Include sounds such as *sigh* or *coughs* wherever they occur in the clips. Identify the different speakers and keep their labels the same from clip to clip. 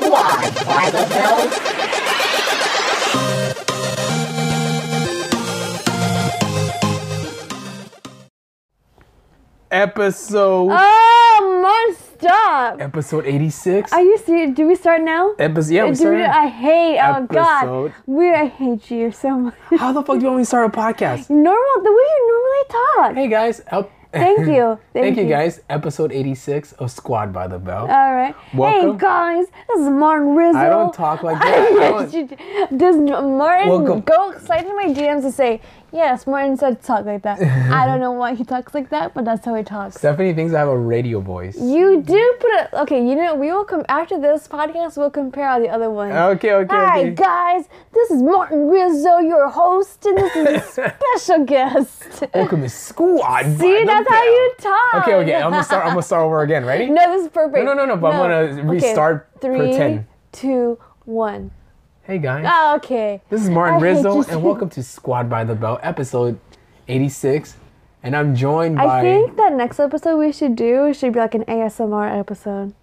Speaker 1: God, why the hell?
Speaker 2: Episode
Speaker 3: Oh, Mark, stop.
Speaker 2: episode 86.
Speaker 3: Are you serious? Do we start now?
Speaker 2: episode yeah, we
Speaker 3: Dude,
Speaker 2: started.
Speaker 3: I hate. Oh
Speaker 2: Episode.
Speaker 3: God, we I hate you so much. *laughs*
Speaker 2: How the fuck do you want me to start a podcast?
Speaker 3: Normal, the way you normally talk.
Speaker 2: Hey guys, ep-
Speaker 3: Thank you.
Speaker 2: *laughs*
Speaker 3: Uh,
Speaker 2: thank you guys. Episode 86 of Squad by the Bell.
Speaker 3: All right.
Speaker 2: Welcome.
Speaker 3: Hey guys, this is Martin Rizzo.
Speaker 2: I don't
Speaker 3: *laughs*
Speaker 2: talk like that. I
Speaker 3: yes,
Speaker 2: don't-
Speaker 3: you do. Does Martin
Speaker 2: Welcome.
Speaker 3: go slide into my DMs and say, "Yes, Martin said to talk like that." I don't know why he talks like that, but that's how he
Speaker 2: *laughs*
Speaker 3: talks.
Speaker 2: Stephanie thinks I have a radio voice.
Speaker 3: You do put a okay. You know, we will come after this podcast. We'll compare all the other ones.
Speaker 2: Okay, okay,
Speaker 3: Hi
Speaker 2: okay.
Speaker 3: guys, this is Martin Rizzo, your host, and this
Speaker 2: *laughs*
Speaker 3: is a special guest.
Speaker 2: Welcome to Squad. by
Speaker 3: See,
Speaker 2: the
Speaker 3: that's how
Speaker 2: Bell.
Speaker 3: you talk.
Speaker 2: Okay, okay. I'm gonna start. I'm gonna start over again. Ready?
Speaker 3: *laughs* No, this is perfect.
Speaker 2: No, no, no, no, but I'm gonna restart per
Speaker 3: Three,
Speaker 2: 10.
Speaker 3: two, one.
Speaker 2: Hey guys,
Speaker 3: Ah, okay.
Speaker 2: this is Martin
Speaker 3: I hate
Speaker 2: Rizzo,
Speaker 3: you.
Speaker 2: and welcome to Squad by the Bell, episode 86. And I'm joined by.
Speaker 3: I think that next episode we should do should be like an ASMR episode.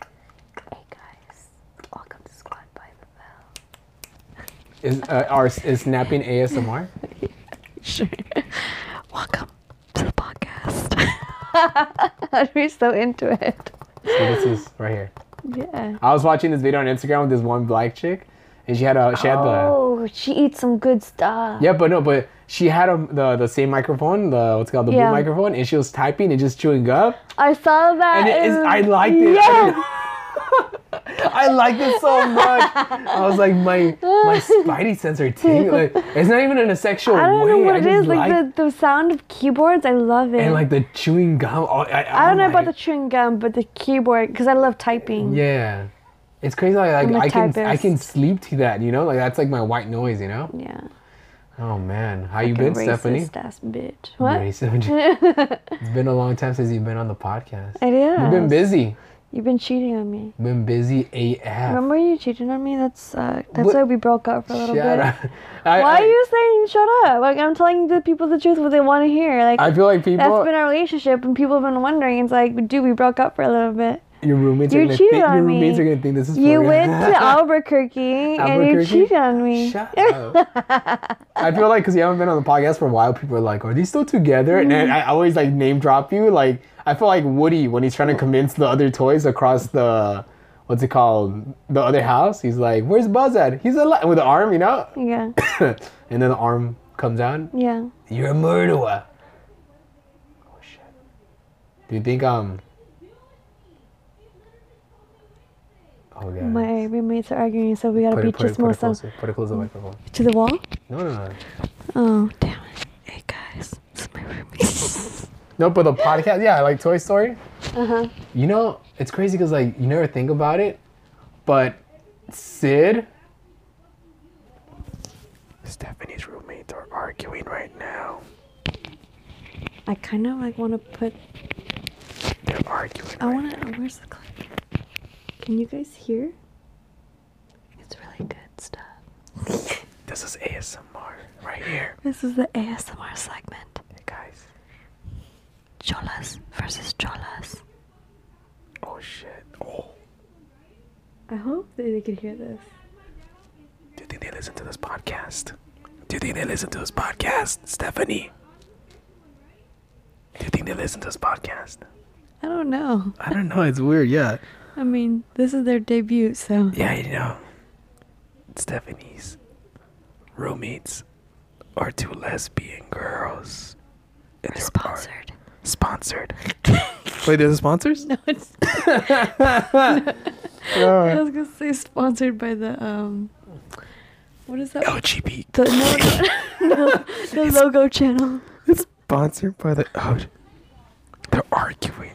Speaker 3: Hey guys, welcome to Squad by the Bell.
Speaker 2: Is, uh, our, is snapping ASMR?
Speaker 3: Sure.
Speaker 2: *laughs*
Speaker 3: Welcome to the *laughs* podcast. We're so into it.
Speaker 2: So this is right here.
Speaker 3: Yeah.
Speaker 2: I was watching this video on Instagram with this one black chick, and she had a she had the
Speaker 3: Oh, she eats some good stuff.
Speaker 2: yeah, but no, but she had a, the the same microphone, the what's it called the
Speaker 3: Yeah.
Speaker 2: blue microphone, and she was typing and just chewing gum,
Speaker 3: I saw that.
Speaker 2: and it is
Speaker 3: in-
Speaker 2: I liked it.
Speaker 3: Yes.
Speaker 2: *laughs* I liked it so much. I was like, my my spidey sense are
Speaker 3: *laughs*
Speaker 2: tingling. Like, it's not even in a sexual
Speaker 3: I don't
Speaker 2: way.
Speaker 3: know what
Speaker 2: I
Speaker 3: it
Speaker 2: just
Speaker 3: is. Like, the, the sound of keyboards, I love it.
Speaker 2: and like the chewing gum. oh, I,
Speaker 3: I don't know
Speaker 2: I'm
Speaker 3: about the
Speaker 2: like-
Speaker 3: chewing gum, but the keyboard because I love typing.
Speaker 2: yeah. It's crazy. Like,
Speaker 3: I'm a
Speaker 2: like I can I
Speaker 3: typist.
Speaker 2: can sleep to that. You know, like that's like my white noise. You know.
Speaker 3: Yeah.
Speaker 2: Oh man, how you
Speaker 3: Fucking
Speaker 2: been, Stephanie?
Speaker 3: racist ass bitch. What?
Speaker 2: Racist. it's been a long time since you've been on the podcast.
Speaker 3: It is.
Speaker 2: You've been busy.
Speaker 3: You've been cheating on me.
Speaker 2: Been busy AF.
Speaker 3: Remember you cheated on me? That's uh, that's
Speaker 2: What-
Speaker 3: why we broke up for a little
Speaker 2: Shut
Speaker 3: bit.
Speaker 2: up. *laughs* I,
Speaker 3: Why
Speaker 2: I,
Speaker 3: are you saying shut up? Like I'm telling the people the truth, what they want to hear. Like
Speaker 2: I feel like people,
Speaker 3: that's been our relationship, and people have been wondering. It's like, dude, we broke up for a little bit.
Speaker 2: your roommates, are
Speaker 3: you
Speaker 2: gonna
Speaker 3: cheated
Speaker 2: think,
Speaker 3: on
Speaker 2: your roommates
Speaker 3: me.
Speaker 2: are gonna think this is.
Speaker 3: You
Speaker 2: for real.
Speaker 3: went
Speaker 2: *laughs*
Speaker 3: to Albuquerque, and you
Speaker 2: Albuquerque?
Speaker 3: cheated on me.
Speaker 2: Shut up. I feel like because you haven't been on the podcast for a while, people are like, "Are these still together?" And
Speaker 3: Mm-hmm.
Speaker 2: then I always like name drop you. Like I feel like Woody when he's trying to convince the other toys across the. What's it called? The other house. He's like, "Where's Buzz at? He's alive with the arm, you know." *laughs*
Speaker 3: Yeah,
Speaker 2: and then the arm comes out.
Speaker 3: yeah.
Speaker 2: You're a murderer. Oh shit. Do you think um? Oh yeah.
Speaker 3: My roommates are arguing, so we gotta
Speaker 2: put it,
Speaker 3: beat
Speaker 2: put
Speaker 3: this
Speaker 2: it, put
Speaker 3: more
Speaker 2: it
Speaker 3: stuff
Speaker 2: closer. Put it closer to the microphone.
Speaker 3: to the wall.
Speaker 2: No, no, no.
Speaker 3: Oh damn it! Hey guys, it's my roommates.
Speaker 2: No, but the podcast, yeah, like Toy Story. Uh huh. You know, it's crazy because like you never think about it, but Sid. Stephanie's roommates are arguing right now.
Speaker 3: *laughs* I kind of like want to put.
Speaker 2: They're arguing.
Speaker 3: I want to. Where's the clip? Can you guys hear? It's really good stuff.
Speaker 2: This is ASMR right here,
Speaker 3: This is the ASMR segment.
Speaker 2: guys.
Speaker 3: Cholas versus Cholas.
Speaker 2: Oh shit. Oh,
Speaker 3: I hope that they can hear this.
Speaker 2: do you think they listen to this podcast? Do you think they listen to this podcast, Stephanie? Do you think they listen to this podcast?
Speaker 3: I don't know.
Speaker 2: I don't know. It's weird. Yeah.
Speaker 3: I mean, this is their debut, so.
Speaker 2: Yeah, you know, Stephanie's roommates are two lesbian girls. And they're ar-
Speaker 3: Sponsored.
Speaker 2: sponsored. *laughs* Wait, they're the sponsors?
Speaker 3: *laughs* No, it's. I was gonna say sponsored by the um. What is that?
Speaker 2: LGBT.
Speaker 3: The no, *laughs* no, no, the logo channel.
Speaker 2: It's sponsored by the. Oh, they're arguing.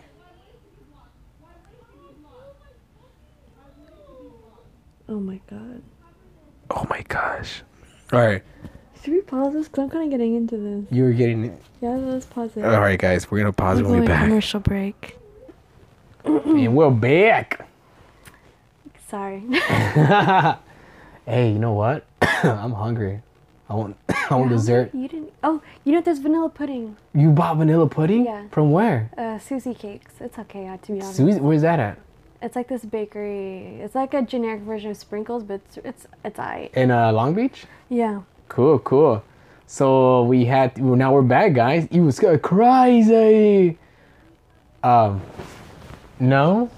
Speaker 3: Oh my god.
Speaker 2: Oh my gosh. All right.
Speaker 3: Should we pause this? Cause I'm kind of getting into this.
Speaker 2: You were getting it.
Speaker 3: Yeah, let's pause it.
Speaker 2: All right, guys. Uh, We're going to pause
Speaker 3: We're
Speaker 2: when
Speaker 3: going
Speaker 2: we're back.
Speaker 3: commercial break.
Speaker 2: And we're back.
Speaker 3: Sorry. *laughs*
Speaker 2: *laughs* Hey, you know what? *coughs* I'm hungry. I want, *coughs* I want dessert.
Speaker 3: You didn't. Oh, you know there's vanilla pudding.
Speaker 2: You bought vanilla pudding?
Speaker 3: Yeah.
Speaker 2: From where?
Speaker 3: Uh, Susie cakes. It's okay, uh, to be honest.
Speaker 2: Susie, where's that at?
Speaker 3: It's like this bakery. It's like a generic version of sprinkles, but it's it's it's I.
Speaker 2: in uh, Long Beach.
Speaker 3: Yeah.
Speaker 2: Cool, cool. So we had well, now we're back, guys. It was uh, crazy. Um, no,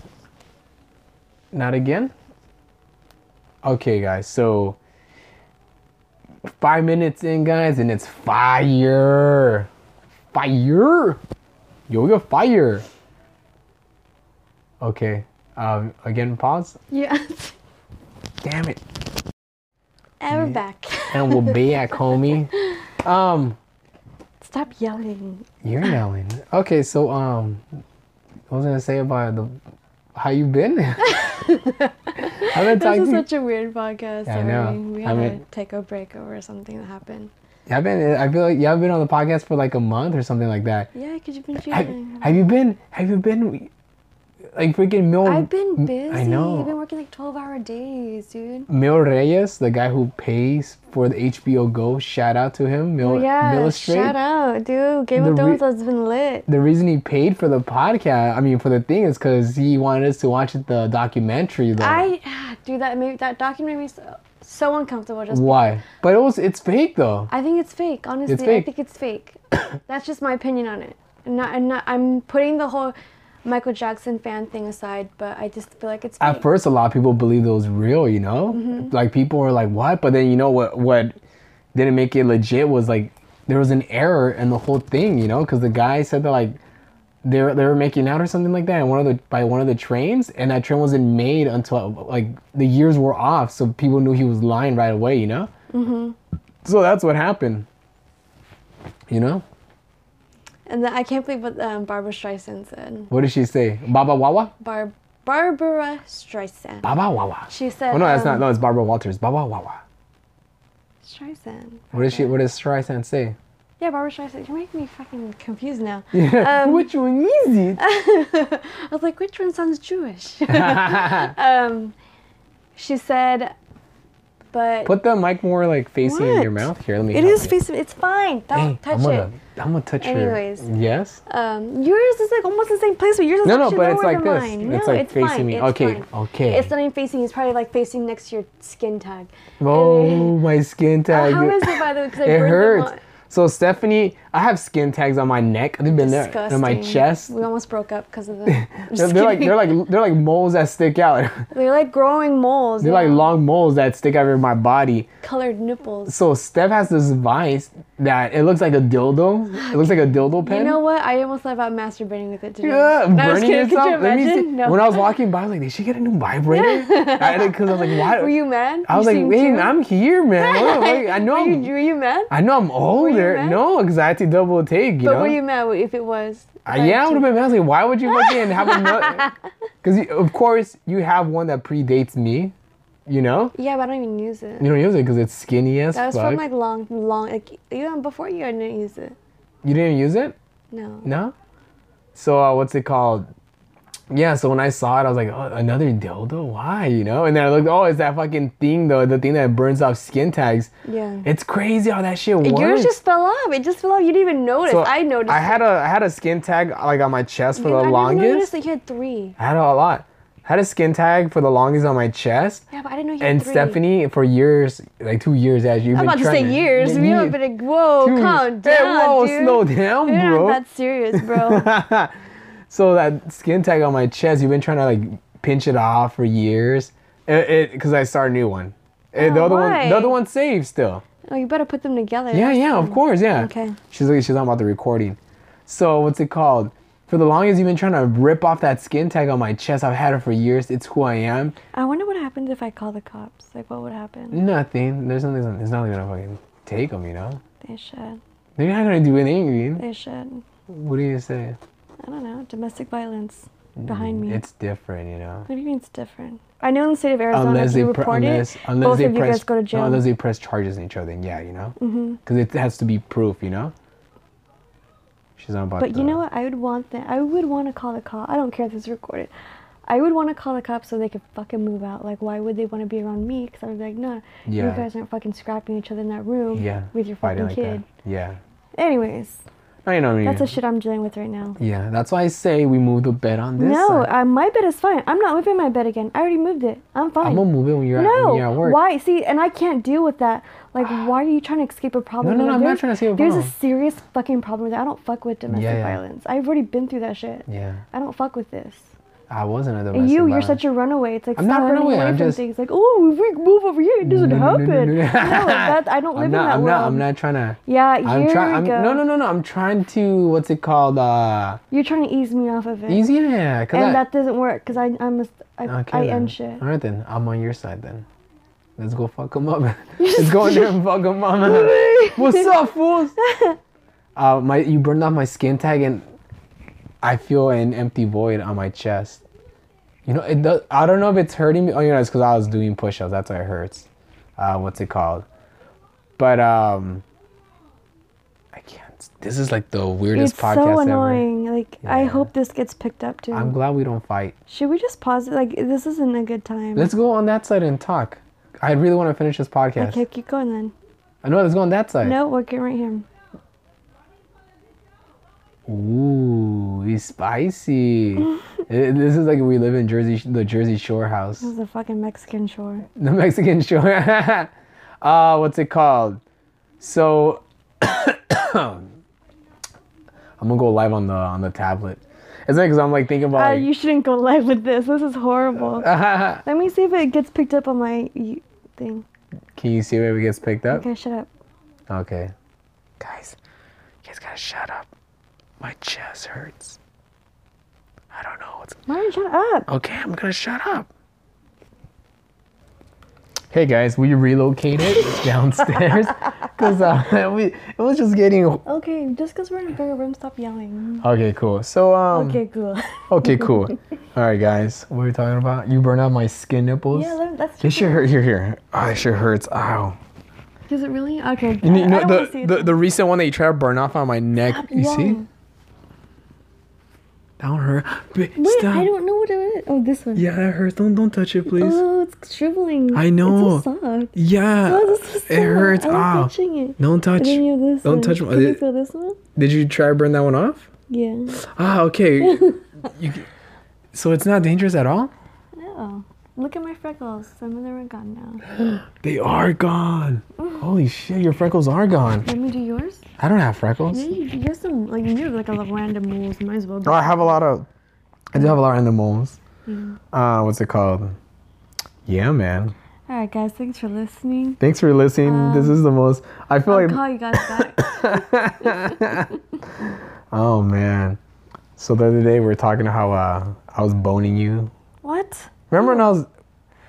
Speaker 2: not again. Okay, guys. So five minutes in, guys, and it's fire, fire. Yo, yo, fire. Okay. Um, again, pause.
Speaker 3: Yeah. *laughs*
Speaker 2: Damn it.
Speaker 3: and we're back. *laughs*
Speaker 2: And we'll be at homie. Um.
Speaker 3: Stop yelling.
Speaker 2: You're yelling. Okay, so um, what was I gonna say about the how you been? *laughs* I've been
Speaker 3: This
Speaker 2: talking.
Speaker 3: is
Speaker 2: To,
Speaker 3: such a weird podcast.
Speaker 2: I
Speaker 3: Sorry.
Speaker 2: know.
Speaker 3: We
Speaker 2: I
Speaker 3: had to
Speaker 2: mean-
Speaker 3: take a break over something that happened.
Speaker 2: I've been. I feel like you have been on the podcast for like a month or something like that.
Speaker 3: Yeah, because you've been
Speaker 2: Have,
Speaker 3: cheating.
Speaker 2: have you been? Have you been? Like freaking Mil.
Speaker 3: I've been busy.
Speaker 2: I know.
Speaker 3: I've been working like 12 hour days, dude.
Speaker 2: Mil Reyes, the guy who pays for the HBO Go. Shout out to him, Mil.
Speaker 3: Oh, yeah.
Speaker 2: Milistrate.
Speaker 3: Shout out, dude. Game
Speaker 2: The
Speaker 3: of
Speaker 2: re-
Speaker 3: Thrones has been lit.
Speaker 2: the reason he paid for the podcast, I mean, for the thing, is because he wanted us to watch the documentary. Though.
Speaker 3: I, ah, dude, that made that document made me so, so uncomfortable. Just
Speaker 2: Why? But it was. It's fake though.
Speaker 3: I think it's fake. Honestly,
Speaker 2: fake.
Speaker 3: I think it's fake. *coughs* That's just my opinion on it. I'm not, I'm not. I'm putting the whole Michael Jackson fan thing aside, but I just feel like it's fake.
Speaker 2: at first a lot of people believed it was real you know like people were like what but then you know what what didn't make it legit was like there was an error in the whole thing you know because the guy said that like they were, they were making out or something like that and one of the by one of the trains and that train wasn't made until like the years were off so people knew he was lying right away you know so that's what happened you know
Speaker 3: and then I can't believe what um, Barbara Streisand said.
Speaker 2: what did she say baba wawa
Speaker 3: Bar- Barbara Streisand.
Speaker 2: baba wawa
Speaker 3: She said.
Speaker 2: oh no that's not
Speaker 3: um,
Speaker 2: no it's barbara walters baba wawa
Speaker 3: Streisand.
Speaker 2: what does she what does streisand say
Speaker 3: Yeah, Barbara Streisand. You're making me fucking confused now.
Speaker 2: Um, Which one is it?
Speaker 3: *laughs* I was like, which one sounds Jewish? *laughs* um, she said, but
Speaker 2: Put the mic more like facing in your
Speaker 3: What?
Speaker 2: mouth here. Let me.
Speaker 3: it
Speaker 2: help
Speaker 3: is
Speaker 2: you.
Speaker 3: face. It's fine. Don't
Speaker 2: Hey,
Speaker 3: touch
Speaker 2: I'm gonna,
Speaker 3: it.
Speaker 2: I'm gonna touch
Speaker 3: Anyways.
Speaker 2: your. Yes.
Speaker 3: Um, yours is like almost the same place, but yours is
Speaker 2: No, no,
Speaker 3: actually
Speaker 2: but
Speaker 3: lower
Speaker 2: it's like
Speaker 3: than
Speaker 2: this.
Speaker 3: mine.
Speaker 2: It's
Speaker 3: no,
Speaker 2: like
Speaker 3: it's
Speaker 2: facing
Speaker 3: fine.
Speaker 2: me.
Speaker 3: It's
Speaker 2: Okay,
Speaker 3: fine.
Speaker 2: okay.
Speaker 3: It's not even facing. It's probably like facing next to your skin tag.
Speaker 2: Oh, my skin
Speaker 3: Uh,
Speaker 2: tag.
Speaker 3: how is it by the way? 'Cause I
Speaker 2: *laughs* It
Speaker 3: burned them
Speaker 2: hurts.
Speaker 3: all-
Speaker 2: So Stephanie, I have skin tags on my neck. They've been there on my
Speaker 3: Disgusting.
Speaker 2: chest.
Speaker 3: We almost broke up because of
Speaker 2: *laughs*
Speaker 3: the.
Speaker 2: They're, they're like they're like they're like moles that stick out.
Speaker 3: *laughs*
Speaker 2: *laughs*
Speaker 3: they're like growing moles.
Speaker 2: they're like
Speaker 3: yeah.
Speaker 2: long moles that stick out of my body.
Speaker 3: colored nipples.
Speaker 2: So Steph has this vice that it looks like a dildo. It looks like a dildo pen.
Speaker 3: You know what? I almost thought about masturbating with it today.
Speaker 2: Yeah,
Speaker 3: No, I was
Speaker 2: burning
Speaker 3: kidding. Could you
Speaker 2: yourself. Let me see.
Speaker 3: imagine? No.
Speaker 2: When I was walking by, I was like, did she get a new vibrator? Because *laughs* I was like, why?
Speaker 3: were you mad?
Speaker 2: I was
Speaker 3: You
Speaker 2: like,
Speaker 3: seemed
Speaker 2: wait,
Speaker 3: *laughs* too-
Speaker 2: I'm here, man. What the- wait, I
Speaker 3: *laughs*
Speaker 2: know,
Speaker 3: Were
Speaker 2: I'm,
Speaker 3: you, were you mad?
Speaker 2: I know, I'm older.
Speaker 3: mad?
Speaker 2: No, because I had to double take. You
Speaker 3: but
Speaker 2: know,
Speaker 3: were you mad if it was?
Speaker 2: I, yeah, I would have been mad. I was like, why would you
Speaker 3: *laughs*
Speaker 2: fucking have another? Because of course you have one that predates me. You know,
Speaker 3: Yeah, but I don't even use it.
Speaker 2: you don't use it because it's skinny as
Speaker 3: That was
Speaker 2: fuck.
Speaker 3: from like long, long, like even before you, I didn't use it.
Speaker 2: you didn't use it.
Speaker 3: No.
Speaker 2: No. So uh, what's it called? Yeah. So when I saw it, I was like, oh, another dildo? Why? You know? And then I looked. Oh, it's that fucking thing though. The thing that burns off skin tags.
Speaker 3: Yeah.
Speaker 2: It's crazy how that shit works.
Speaker 3: Yours just fell off. It just fell off. You didn't even notice.
Speaker 2: So
Speaker 3: I noticed.
Speaker 2: I had a I had a skin tag like on my chest for
Speaker 3: Dude, I
Speaker 2: the
Speaker 3: didn't notice
Speaker 2: longest.
Speaker 3: that you had three.
Speaker 2: I had a lot. I had a skin tag for the longest on my chest.
Speaker 3: Yeah, but I didn't know you had
Speaker 2: And
Speaker 3: three.
Speaker 2: Stephanie, for years, like two years, as you've
Speaker 3: I'm
Speaker 2: been
Speaker 3: about to
Speaker 2: trying
Speaker 3: say years. We haven't been like, whoa,
Speaker 2: Dude,
Speaker 3: calm
Speaker 2: hey,
Speaker 3: down,
Speaker 2: whoa,
Speaker 3: dude.
Speaker 2: slow down,
Speaker 3: You're
Speaker 2: bro.
Speaker 3: not that
Speaker 2: *laughs*
Speaker 3: serious, bro.
Speaker 2: so that skin tag on my chest, you've been trying to like pinch it off for years. It because I saw a new one. Eh, the
Speaker 3: Oh,
Speaker 2: other one,
Speaker 3: why?
Speaker 2: the other one's saved still.
Speaker 3: oh, you better put them together.
Speaker 2: Yeah, yeah, of course, yeah.
Speaker 3: Okay.
Speaker 2: She's like, she's talking about the recording. So what's it called? For the longest, you've been trying to rip off that skin tag on my chest. I've had it for years. It's who I am.
Speaker 3: I wonder what happens if I call the cops. Like, what would
Speaker 2: Mm.
Speaker 3: happen?
Speaker 2: Nothing. There's nothing. There's nothing gonna fucking take them. You know.
Speaker 3: They should.
Speaker 2: They're not gonna do anything.
Speaker 3: They should.
Speaker 2: What do you say?
Speaker 3: I don't know. Domestic violence behind me.
Speaker 2: Mm, It's different, you know.
Speaker 3: what do you mean it's different? I know in the state of Arizona,
Speaker 2: Unless
Speaker 3: if you
Speaker 2: they pre-
Speaker 3: report
Speaker 2: unless,
Speaker 3: it,
Speaker 2: unless
Speaker 3: both
Speaker 2: they
Speaker 3: of you
Speaker 2: press
Speaker 3: guys go to jail. Mm-hmm.
Speaker 2: unless they press charges on each other, then yeah, you know. Because it has to be proof, you know. She's not about.
Speaker 3: But you
Speaker 2: the-
Speaker 3: know what? I would want that. I would want to call the cop. I don't care if this is recorded. I would want to call the cops so they could fucking move out. Like, why would they want to be around me? Because I would be like, no,
Speaker 2: Yeah.
Speaker 3: you guys aren't fucking scrapping each other in that room
Speaker 2: Yeah.
Speaker 3: with your
Speaker 2: fighting
Speaker 3: fucking kid.
Speaker 2: That. Yeah.
Speaker 3: Anyways,
Speaker 2: I know.
Speaker 3: That's
Speaker 2: yeah.
Speaker 3: the shit I'm dealing with right now.
Speaker 2: yeah, that's why I say we move the bed on this.
Speaker 3: No,
Speaker 2: side.
Speaker 3: uh, my bed is fine. I'm not moving my bed again. I already moved it. I'm fine.
Speaker 2: I'm gonna move it when you're, at,
Speaker 3: no,
Speaker 2: when you're at work.
Speaker 3: why? See, and I can't deal with that. Like,
Speaker 2: *sighs*
Speaker 3: why are you trying to escape a problem?
Speaker 2: No, no,
Speaker 3: Like,
Speaker 2: no, I'm not
Speaker 3: there's-
Speaker 2: trying to escape a
Speaker 3: There's
Speaker 2: problem.
Speaker 3: a serious fucking problem with that. I don't fuck with domestic
Speaker 2: yeah.
Speaker 3: violence. I've already been through that shit.
Speaker 2: Yeah,
Speaker 3: I don't fuck with this.
Speaker 2: I wasn't at the.
Speaker 3: And you, you're such a runaway. It's like
Speaker 2: I'm
Speaker 3: stop
Speaker 2: not
Speaker 3: running
Speaker 2: runaway,
Speaker 3: away
Speaker 2: I'm
Speaker 3: from
Speaker 2: just-
Speaker 3: things. Like, oh, we move over here. It doesn't
Speaker 2: No, no, no, no,
Speaker 3: happen. *laughs* No,
Speaker 2: no, no.
Speaker 3: that, I don't live
Speaker 2: I'm not.
Speaker 3: in that
Speaker 2: I'm
Speaker 3: world.
Speaker 2: not. I'm not trying to.
Speaker 3: Yeah,
Speaker 2: I'm
Speaker 3: you're
Speaker 2: trying.
Speaker 3: go-
Speaker 2: No, no, no, no. I'm trying to. What's it called? Uh,
Speaker 3: You're trying to ease me off of it,
Speaker 2: easy. Yeah, cause
Speaker 3: and
Speaker 2: I,
Speaker 3: that doesn't work because I, I'm, a, I,
Speaker 2: Okay,
Speaker 3: I
Speaker 2: then.
Speaker 3: end shit.
Speaker 2: All right then, I'm on your side then. Let's go fuck them
Speaker 3: *laughs*
Speaker 2: up. Let's go in there and fuck them up. What's up,
Speaker 3: *laughs*
Speaker 2: fools? Uh, my you burned off my skin tag and I feel an empty void on my chest. You know, it does. I don't know if it's hurting me. Oh, you know, it's because I was doing push-ups. That's why it hurts. Uh, what's it called? But um, I can't. This is like the weirdest
Speaker 3: It's
Speaker 2: podcast
Speaker 3: so annoying. Like, I
Speaker 2: Yeah.
Speaker 3: hope this gets picked up too.
Speaker 2: ever. I'm glad we don't fight.
Speaker 3: Should we just pause it? Like, this isn't a good time.
Speaker 2: Let's go on that side and talk. I really want to finish this podcast.
Speaker 3: Okay, keep going then.
Speaker 2: I know. Let's go on that side.
Speaker 3: No, we're getting right here.
Speaker 2: Ooh, it's
Speaker 3: *laughs*
Speaker 2: spicy. Eh, this is like we live in Jersey, the Jersey Shore house,
Speaker 3: This is a fucking Mexican shore.
Speaker 2: the Mexican Shore. *laughs* uh, what's it called? So, *coughs* I'm gonna go live on the on the tablet. It's like because I'm like thinking
Speaker 3: Uh,
Speaker 2: about. like-
Speaker 3: you shouldn't go live with this. This is horrible.
Speaker 2: Uh,
Speaker 3: Let me see if it gets picked up on my y- thing.
Speaker 2: *laughs* Can you see where it gets picked up?
Speaker 3: Okay, shut up.
Speaker 2: Okay. Guys, you guys gotta shut up. My chest hurts. I don't know what's
Speaker 3: Martin, shut up.
Speaker 2: Okay, I'm gonna shut up. Hey guys, we *laughs* relocated downstairs because uh, *laughs* we it was just getting
Speaker 3: Okay, just because we're in a bigger room, stop yelling.
Speaker 2: okay. Cool. So um. Okay.
Speaker 3: Okay, cool. *laughs*
Speaker 2: cool. All right, guys. What are we talking about? You burn out my skin nipples.
Speaker 3: yeah, that- that's
Speaker 2: This shit hurt. Here, here. Oh, this shit hurts. Ow.
Speaker 3: Is it really? Okay.
Speaker 2: You know,
Speaker 3: I, I don't wanna see
Speaker 2: the,
Speaker 3: it.
Speaker 2: the the recent one that you tried to burn off on my neck. You see?
Speaker 3: Yeah.
Speaker 2: That one hurt. Wait,
Speaker 3: Wait,
Speaker 2: Stop.
Speaker 3: I don't know what it is. Oh, this one.
Speaker 2: Yeah, that hurts. Don't don't touch it, please.
Speaker 3: Oh, it's shriveling.
Speaker 2: I know.
Speaker 3: It's so soft.
Speaker 2: yeah.
Speaker 3: Oh, this is so
Speaker 2: it hurts.
Speaker 3: I
Speaker 2: Ow.
Speaker 3: like touching it.
Speaker 2: Don't touch.
Speaker 3: And then you have this
Speaker 2: Don't
Speaker 3: one.
Speaker 2: touch my-
Speaker 3: Can you
Speaker 2: it-
Speaker 3: feel this one?
Speaker 2: Did you try to burn that one off? *sighs*
Speaker 3: Yeah.
Speaker 2: Ah,
Speaker 3: *laughs*
Speaker 2: okay. you, so it's not dangerous at all?
Speaker 3: Oh, look at my freckles. Some of them are gone now.
Speaker 2: They are gone. Holy shit, your freckles are gone.
Speaker 3: Let me do yours.
Speaker 2: I don't have freckles.
Speaker 3: Yeah, you, you have some like you have like a little random moles. Might as well.
Speaker 2: Oh, I have a lot of. I do have a lot of animals.
Speaker 3: Mm.
Speaker 2: Uh, what's it called? Yeah, man.
Speaker 3: All right, guys. Thanks for listening.
Speaker 2: Thanks for listening. this
Speaker 3: Um,
Speaker 2: is the most. I feel
Speaker 3: I'll
Speaker 2: like.
Speaker 3: call you guys back.
Speaker 2: *coughs* *laughs* oh man. So the other day we were talking how uh, I was boning you.
Speaker 3: what?
Speaker 2: Remember when I was?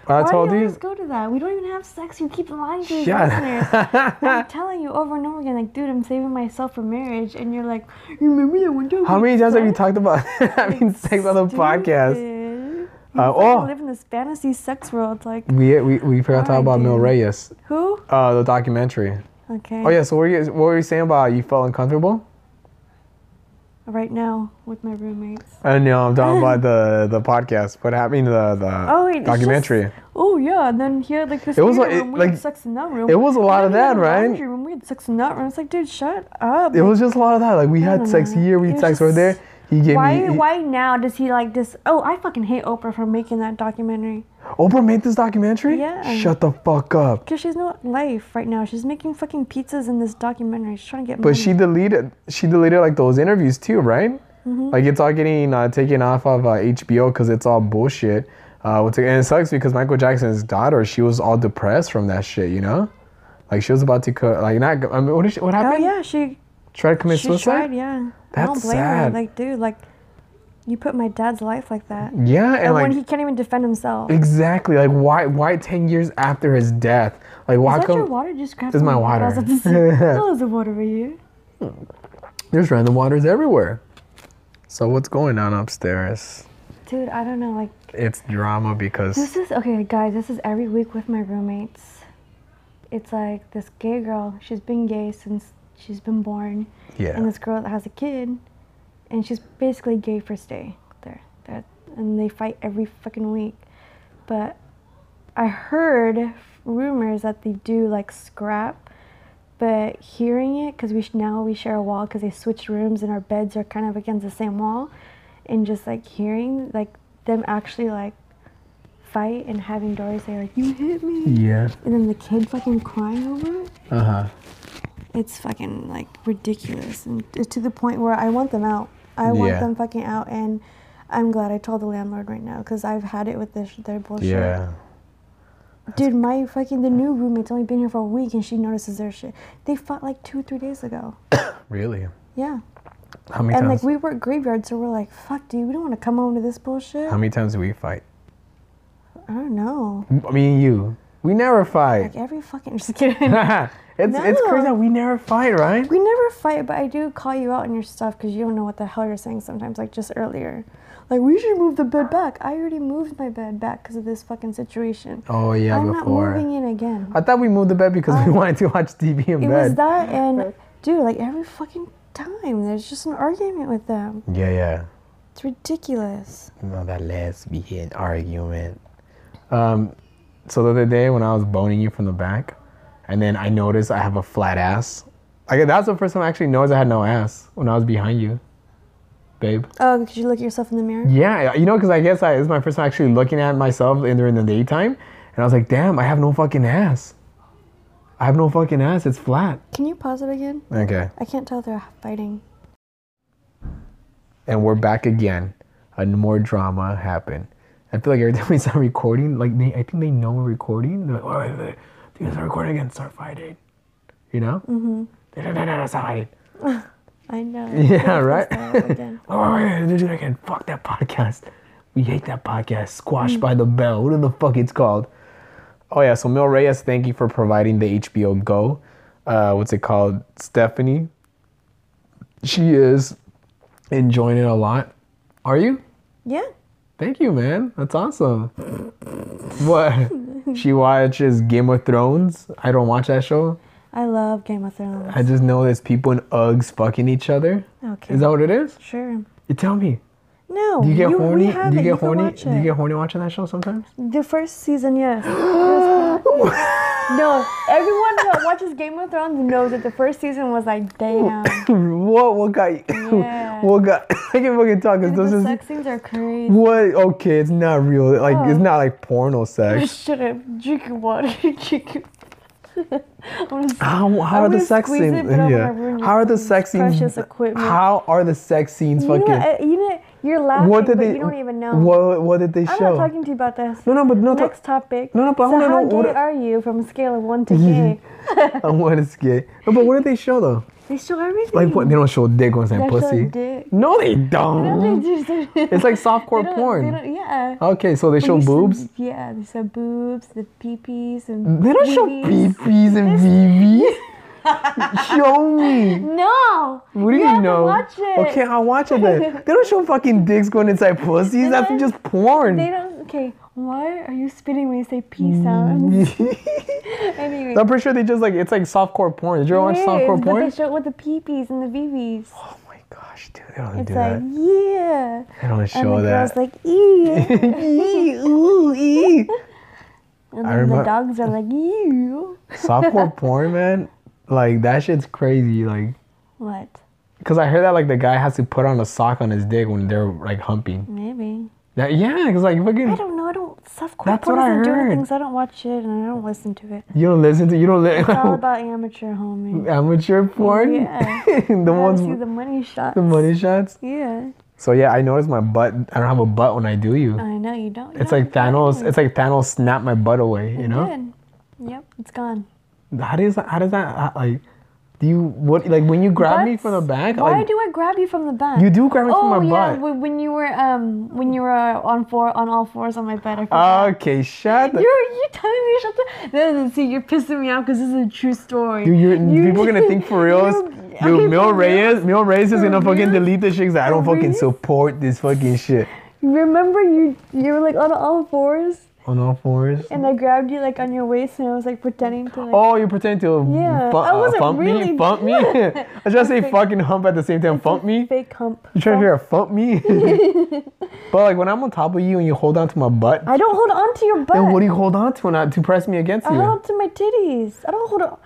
Speaker 2: When I
Speaker 3: Why
Speaker 2: told
Speaker 3: do you
Speaker 2: you.
Speaker 3: always go to that? We don't even have sex. You keep lying to your listeners.
Speaker 2: *laughs* Yeah.
Speaker 3: I'm telling you over and over again, like, dude, I'm saving myself for marriage, and you're like, remember that one time?
Speaker 2: How
Speaker 3: we
Speaker 2: many times have you
Speaker 3: fucked?"
Speaker 2: talked about *laughs* having sex on the podcast?
Speaker 3: Stupid.
Speaker 2: Uh,
Speaker 3: It's like I
Speaker 2: oh,
Speaker 3: live in this fantasy sex world. Like
Speaker 2: we we we forgot to talk
Speaker 3: Alright,
Speaker 2: about Mil
Speaker 3: dude.
Speaker 2: Reyes,
Speaker 3: who?
Speaker 2: uh, the documentary.
Speaker 3: Okay.
Speaker 2: Oh yeah, so what were you what were you saying about you felt uncomfortable?
Speaker 3: Right now with my roommates.
Speaker 2: I know Uh, I'm
Speaker 3: *laughs*
Speaker 2: talking about the the podcast. What happened to the the
Speaker 3: Oh, wait, it's
Speaker 2: documentary?
Speaker 3: just- oh yeah, and then here like this.
Speaker 2: It was
Speaker 3: theater
Speaker 2: like- it-
Speaker 3: room, we
Speaker 2: like,
Speaker 3: had sex in that room.
Speaker 2: it was a lot
Speaker 3: And
Speaker 2: of
Speaker 3: then
Speaker 2: that,
Speaker 3: we had a
Speaker 2: right?
Speaker 3: laundry Room. We had sex in that room. It's like, dude, shut up.
Speaker 2: it was just a lot of that. Like we had
Speaker 3: don't
Speaker 2: sex
Speaker 3: know.
Speaker 2: here, we
Speaker 3: It
Speaker 2: had
Speaker 3: was
Speaker 2: sex over
Speaker 3: just-
Speaker 2: there. He gave
Speaker 3: why?
Speaker 2: me. he-
Speaker 3: why now does he like this? Oh, I fucking hate Oprah for making that documentary.
Speaker 2: Oprah made this documentary.
Speaker 3: Yeah.
Speaker 2: Shut the fuck up.
Speaker 3: Cause she's not life right now. She's making fucking pizzas in this documentary. She's trying to get
Speaker 2: But
Speaker 3: money.
Speaker 2: she deleted she deleted like those interviews too, right?
Speaker 3: Mm-hmm.
Speaker 2: Like it's all getting uh, taken off of uh, HBO because it's all bullshit. Uh, what's it, and it sucks because Michael Jackson's daughter, she was all depressed from that shit, you know. Like she was about to co- like not. I mean, what, did she, what
Speaker 3: Oh
Speaker 2: happened?
Speaker 3: yeah, she
Speaker 2: Try to commit
Speaker 3: she
Speaker 2: suicide.
Speaker 3: tried. Yeah. I
Speaker 2: That's
Speaker 3: don't blame her.
Speaker 2: sad.
Speaker 3: Like, dude, like, you put my dad's life like that.
Speaker 2: Yeah, and,
Speaker 3: and
Speaker 2: like
Speaker 3: when he can't even defend himself.
Speaker 2: exactly like why why ten years after his death? Like why
Speaker 3: Is that
Speaker 2: come?
Speaker 3: your water? Just grab
Speaker 2: This is
Speaker 3: some
Speaker 2: my
Speaker 3: I was
Speaker 2: water.
Speaker 3: about to
Speaker 2: *laughs*
Speaker 3: *laughs* say, Oh, is the water for you?
Speaker 2: There's random waters everywhere. So what's going on upstairs?
Speaker 3: Dude, I don't know. Like,
Speaker 2: It's drama because
Speaker 3: this is okay, guys. This is every week with my roommates. It's like this gay girl. She's been gay since she's been born, and
Speaker 2: yeah,
Speaker 3: this girl that has a kid, and she's basically gay first day there. That and they fight every fucking week. But I heard rumors that they do like scrap but hearing it because we sh- now we share a wall because they switched rooms and our beds are kind of against the same wall, and just like hearing like them actually like fight and having Dory say like you hit me,
Speaker 2: Yeah.
Speaker 3: and then the kid fucking crying over it.
Speaker 2: Uh huh.
Speaker 3: It's fucking like ridiculous, and it's to the point where I want them out. I want
Speaker 2: Yeah.
Speaker 3: them fucking out, and I'm glad I told the landlord right now because I've had it with this their bullshit.
Speaker 2: Yeah.
Speaker 3: Dude, my fucking the new roommate's only been here for a week and she notices their shit. They fought like two, three days ago.
Speaker 2: Really.
Speaker 3: Yeah.
Speaker 2: How many
Speaker 3: And
Speaker 2: times?
Speaker 3: like we work graveyard, so we're like, fuck dude, we don't wanna come home to this bullshit.
Speaker 2: how many times do we fight?
Speaker 3: I don't know.
Speaker 2: Me and you. We never fight.
Speaker 3: Like every fucking *laughs* just kidding.
Speaker 2: *laughs* it's it's crazy
Speaker 3: No.
Speaker 2: that we never fight, right?
Speaker 3: we never fight, but I do call you out on your stuff because you don't know what the hell you're saying sometimes, like just earlier. Like we should move the bed back. I already moved my bed back because of this fucking situation.
Speaker 2: Oh yeah,
Speaker 3: I'm not
Speaker 2: before.
Speaker 3: moving in again.
Speaker 2: I thought we moved the bed because we wanted to watch TV in
Speaker 3: It was
Speaker 2: bed.
Speaker 3: that and dude, like every fucking time there's just an argument with them.
Speaker 2: yeah, yeah.
Speaker 3: It's ridiculous.
Speaker 2: No, that lesbian argument. Um, so the other day when I was boning you from the back, and then I noticed I have a flat ass. Like that's the first time I actually noticed I had no ass when I was behind you, babe.
Speaker 3: Oh, because you look at yourself in the mirror?
Speaker 2: Yeah, you know, because I guess I, this is my first time actually looking at myself in during the daytime, and I was like, damn, I have no fucking ass. I have no fucking ass. It's flat.
Speaker 3: Can you pause it again?
Speaker 2: Okay.
Speaker 3: I can't tell if they're fighting.
Speaker 2: and we're back again. And more drama happened. I feel like every *laughs* time we start recording, like they, I think they know we're recording. They're like, all right, dude, let's start recording again. Start fighting. You know? Mm-hmm. No, no, no, no, stop fighting.
Speaker 3: I know.
Speaker 2: *laughs* Yeah,
Speaker 3: Let's
Speaker 2: right? *laughs*
Speaker 3: start it again.
Speaker 2: Oh, all right, let's do it again. Fuck that podcast. We hate that podcast. Squashed by the Bell. What the fuck it's called? Oh yeah, so Mil Reyes, thank you for providing the HBO Go. Uh, what's it called? Stephanie. She is enjoying it a lot. Are you?
Speaker 3: yeah.
Speaker 2: Thank you, man. That's awesome. what? She watches Game of Thrones. I don't watch that show.
Speaker 3: I love Game of Thrones.
Speaker 2: I just know there's people in Uggs fucking each other.
Speaker 3: Okay.
Speaker 2: Is that what it is?
Speaker 3: sure.
Speaker 2: You tell me.
Speaker 3: No.
Speaker 2: Do you get
Speaker 3: we
Speaker 2: horny?
Speaker 3: have
Speaker 2: Do
Speaker 3: it.
Speaker 2: you get
Speaker 3: can
Speaker 2: horny?
Speaker 3: watch
Speaker 2: Do you
Speaker 3: it.
Speaker 2: get horny watching that show *laughs* sometimes?
Speaker 3: The first season, yes. *gasps* It was hot. no, everyone that watches Game of Thrones knows that the first season was like,
Speaker 2: *laughs*
Speaker 3: damn.
Speaker 2: what? What guy?
Speaker 3: Yeah.
Speaker 2: what guy? *laughs* I can't fucking talk. Cause those
Speaker 3: the
Speaker 2: is
Speaker 3: sex scenes are crazy.
Speaker 2: what? Okay, it's not real. Like it's
Speaker 3: Oh.
Speaker 2: not like porno
Speaker 3: I *laughs*
Speaker 2: sex.
Speaker 3: should have drink your water. *laughs* drink your- *laughs* I'm gonna
Speaker 2: How, how
Speaker 3: I
Speaker 2: are the
Speaker 3: wouldn't
Speaker 2: sex
Speaker 3: squeeze
Speaker 2: scenes?
Speaker 3: it, but I wouldn't ruin your
Speaker 2: How are the
Speaker 3: fucking
Speaker 2: sex scenes?
Speaker 3: precious equipment.
Speaker 2: How are the sex scenes
Speaker 3: You know,
Speaker 2: fucking?
Speaker 3: uh, you know, you're laughing,
Speaker 2: what did
Speaker 3: but
Speaker 2: they?
Speaker 3: you don't even know.
Speaker 2: What, what did they
Speaker 3: I'm
Speaker 2: show?
Speaker 3: not talking to you about this.
Speaker 2: no, no, but no.
Speaker 3: Next
Speaker 2: Next,
Speaker 3: topic.
Speaker 2: No, no, but I
Speaker 3: so
Speaker 2: wanna
Speaker 3: how
Speaker 2: know
Speaker 3: gay
Speaker 2: what-
Speaker 3: are you from a scale
Speaker 2: *laughs*
Speaker 3: of one to gay?
Speaker 2: I want to skate. No, but *laughs* what did they show though?
Speaker 3: they show everything.
Speaker 2: Like what? They don't show dick ones
Speaker 3: They
Speaker 2: and
Speaker 3: show
Speaker 2: pussy.
Speaker 3: dick. *laughs*
Speaker 2: No, they
Speaker 3: No,
Speaker 2: don't.
Speaker 3: they just-
Speaker 2: It's like softcore
Speaker 3: *laughs* they don't-
Speaker 2: porn.
Speaker 3: they don't- yeah.
Speaker 2: Okay, so they
Speaker 3: They
Speaker 2: show
Speaker 3: used to-
Speaker 2: boobs.
Speaker 3: yeah, they show boobs, the peepees, and
Speaker 2: They don't show
Speaker 3: wheelies.
Speaker 2: peepees and BBs.
Speaker 3: *laughs*
Speaker 2: show me.
Speaker 3: No.
Speaker 2: What do you,
Speaker 3: have to
Speaker 2: know?
Speaker 3: Watch it.
Speaker 2: Okay, I'll watch it then.
Speaker 3: *laughs*
Speaker 2: They don't show fucking dicks going inside pussies.
Speaker 3: And
Speaker 2: That's
Speaker 3: then
Speaker 2: just porn. *laughs*
Speaker 3: They don't. Okay. Why are you spitting when you say pee
Speaker 2: Mm.
Speaker 3: sounds? *laughs* anyway.
Speaker 2: I'm pretty sure they just like it's like softcore porn. Did you ever watch
Speaker 3: Yes,
Speaker 2: softcore
Speaker 3: But
Speaker 2: porn?
Speaker 3: they show it with the peepees and the BBs.
Speaker 2: Oh my gosh, dude, they don't
Speaker 3: It's
Speaker 2: do
Speaker 3: like,
Speaker 2: that.
Speaker 3: yeah.
Speaker 2: They don't
Speaker 3: And
Speaker 2: show
Speaker 3: the
Speaker 2: that.
Speaker 3: girl's like,
Speaker 2: *laughs*
Speaker 3: ew.
Speaker 2: Eee, ooh, eee.
Speaker 3: And
Speaker 2: I
Speaker 3: then
Speaker 2: remem-
Speaker 3: the dogs are like, ew. *laughs*
Speaker 2: Softcore porn, man. Like that shit's crazy. Like,
Speaker 3: What?
Speaker 2: cause I heard that like the guy has to put on a sock on his dick when they're like humping.
Speaker 3: Maybe.
Speaker 2: That, yeah, cause like
Speaker 3: I
Speaker 2: fucking
Speaker 3: don't know. I don't. Softcore
Speaker 2: That's
Speaker 3: porn
Speaker 2: what I
Speaker 3: doesn't do
Speaker 2: heard.
Speaker 3: anything, so I don't watch it and I don't listen to it.
Speaker 2: you don't listen to you don't *laughs*
Speaker 3: It's all
Speaker 2: li-
Speaker 3: about amateur, homie.
Speaker 2: amateur porn.
Speaker 3: Yeah.
Speaker 2: *laughs* the
Speaker 3: I
Speaker 2: ones
Speaker 3: see
Speaker 2: with
Speaker 3: the money shots.
Speaker 2: the money shots.
Speaker 3: Yeah.
Speaker 2: So yeah, I noticed my butt. I don't have a butt when I do you.
Speaker 3: I know you don't.
Speaker 2: It's like Thanos. It's like Thanos snapped my butt away. You know?
Speaker 3: Good. Yep. It's gone.
Speaker 2: How does that? How does that? How, like, do you what? Like when you grab me
Speaker 3: Butts?
Speaker 2: from the back?
Speaker 3: Why
Speaker 2: like,
Speaker 3: do I grab you from the back?
Speaker 2: You do grab me
Speaker 3: oh,
Speaker 2: from my
Speaker 3: yeah,
Speaker 2: butt.
Speaker 3: wh- when you were um when you were on four on all fours on my bed. I forgot.
Speaker 2: Okay, shut. the-
Speaker 3: You're you telling me shut the no, no, see you're pissing me off because this is a true story.
Speaker 2: Dude,
Speaker 3: *laughs*
Speaker 2: you're, people are gonna think for reals.
Speaker 3: you- okay,
Speaker 2: Dude, Mil
Speaker 3: for real.
Speaker 2: Reyes, Mil Reyes is
Speaker 3: For
Speaker 2: gonna fucking
Speaker 3: reals?
Speaker 2: delete this shit because I don't
Speaker 3: For
Speaker 2: fucking
Speaker 3: reals?
Speaker 2: support this fucking shit.
Speaker 3: Remember you you were like on all fours
Speaker 2: On all fours.
Speaker 3: and I grabbed you like on your waist and I was like pretending to like
Speaker 2: Oh, you pretend to
Speaker 3: Yeah,
Speaker 2: fu-
Speaker 3: I
Speaker 2: uh,
Speaker 3: wasn't
Speaker 2: bump me,
Speaker 3: really-
Speaker 2: bump me. *laughs* I was trying to
Speaker 3: *laughs*
Speaker 2: say fucking hump at the same time, bump me.
Speaker 3: fake hump.
Speaker 2: You trying to hear a thump me?
Speaker 3: *laughs*
Speaker 2: but like when I'm on top of you and you hold on to my butt,
Speaker 3: I don't hold on to your butt.
Speaker 2: then what do you hold on to and not to press me against
Speaker 3: I
Speaker 2: you?
Speaker 3: hold on to my titties. I don't hold on. Uh,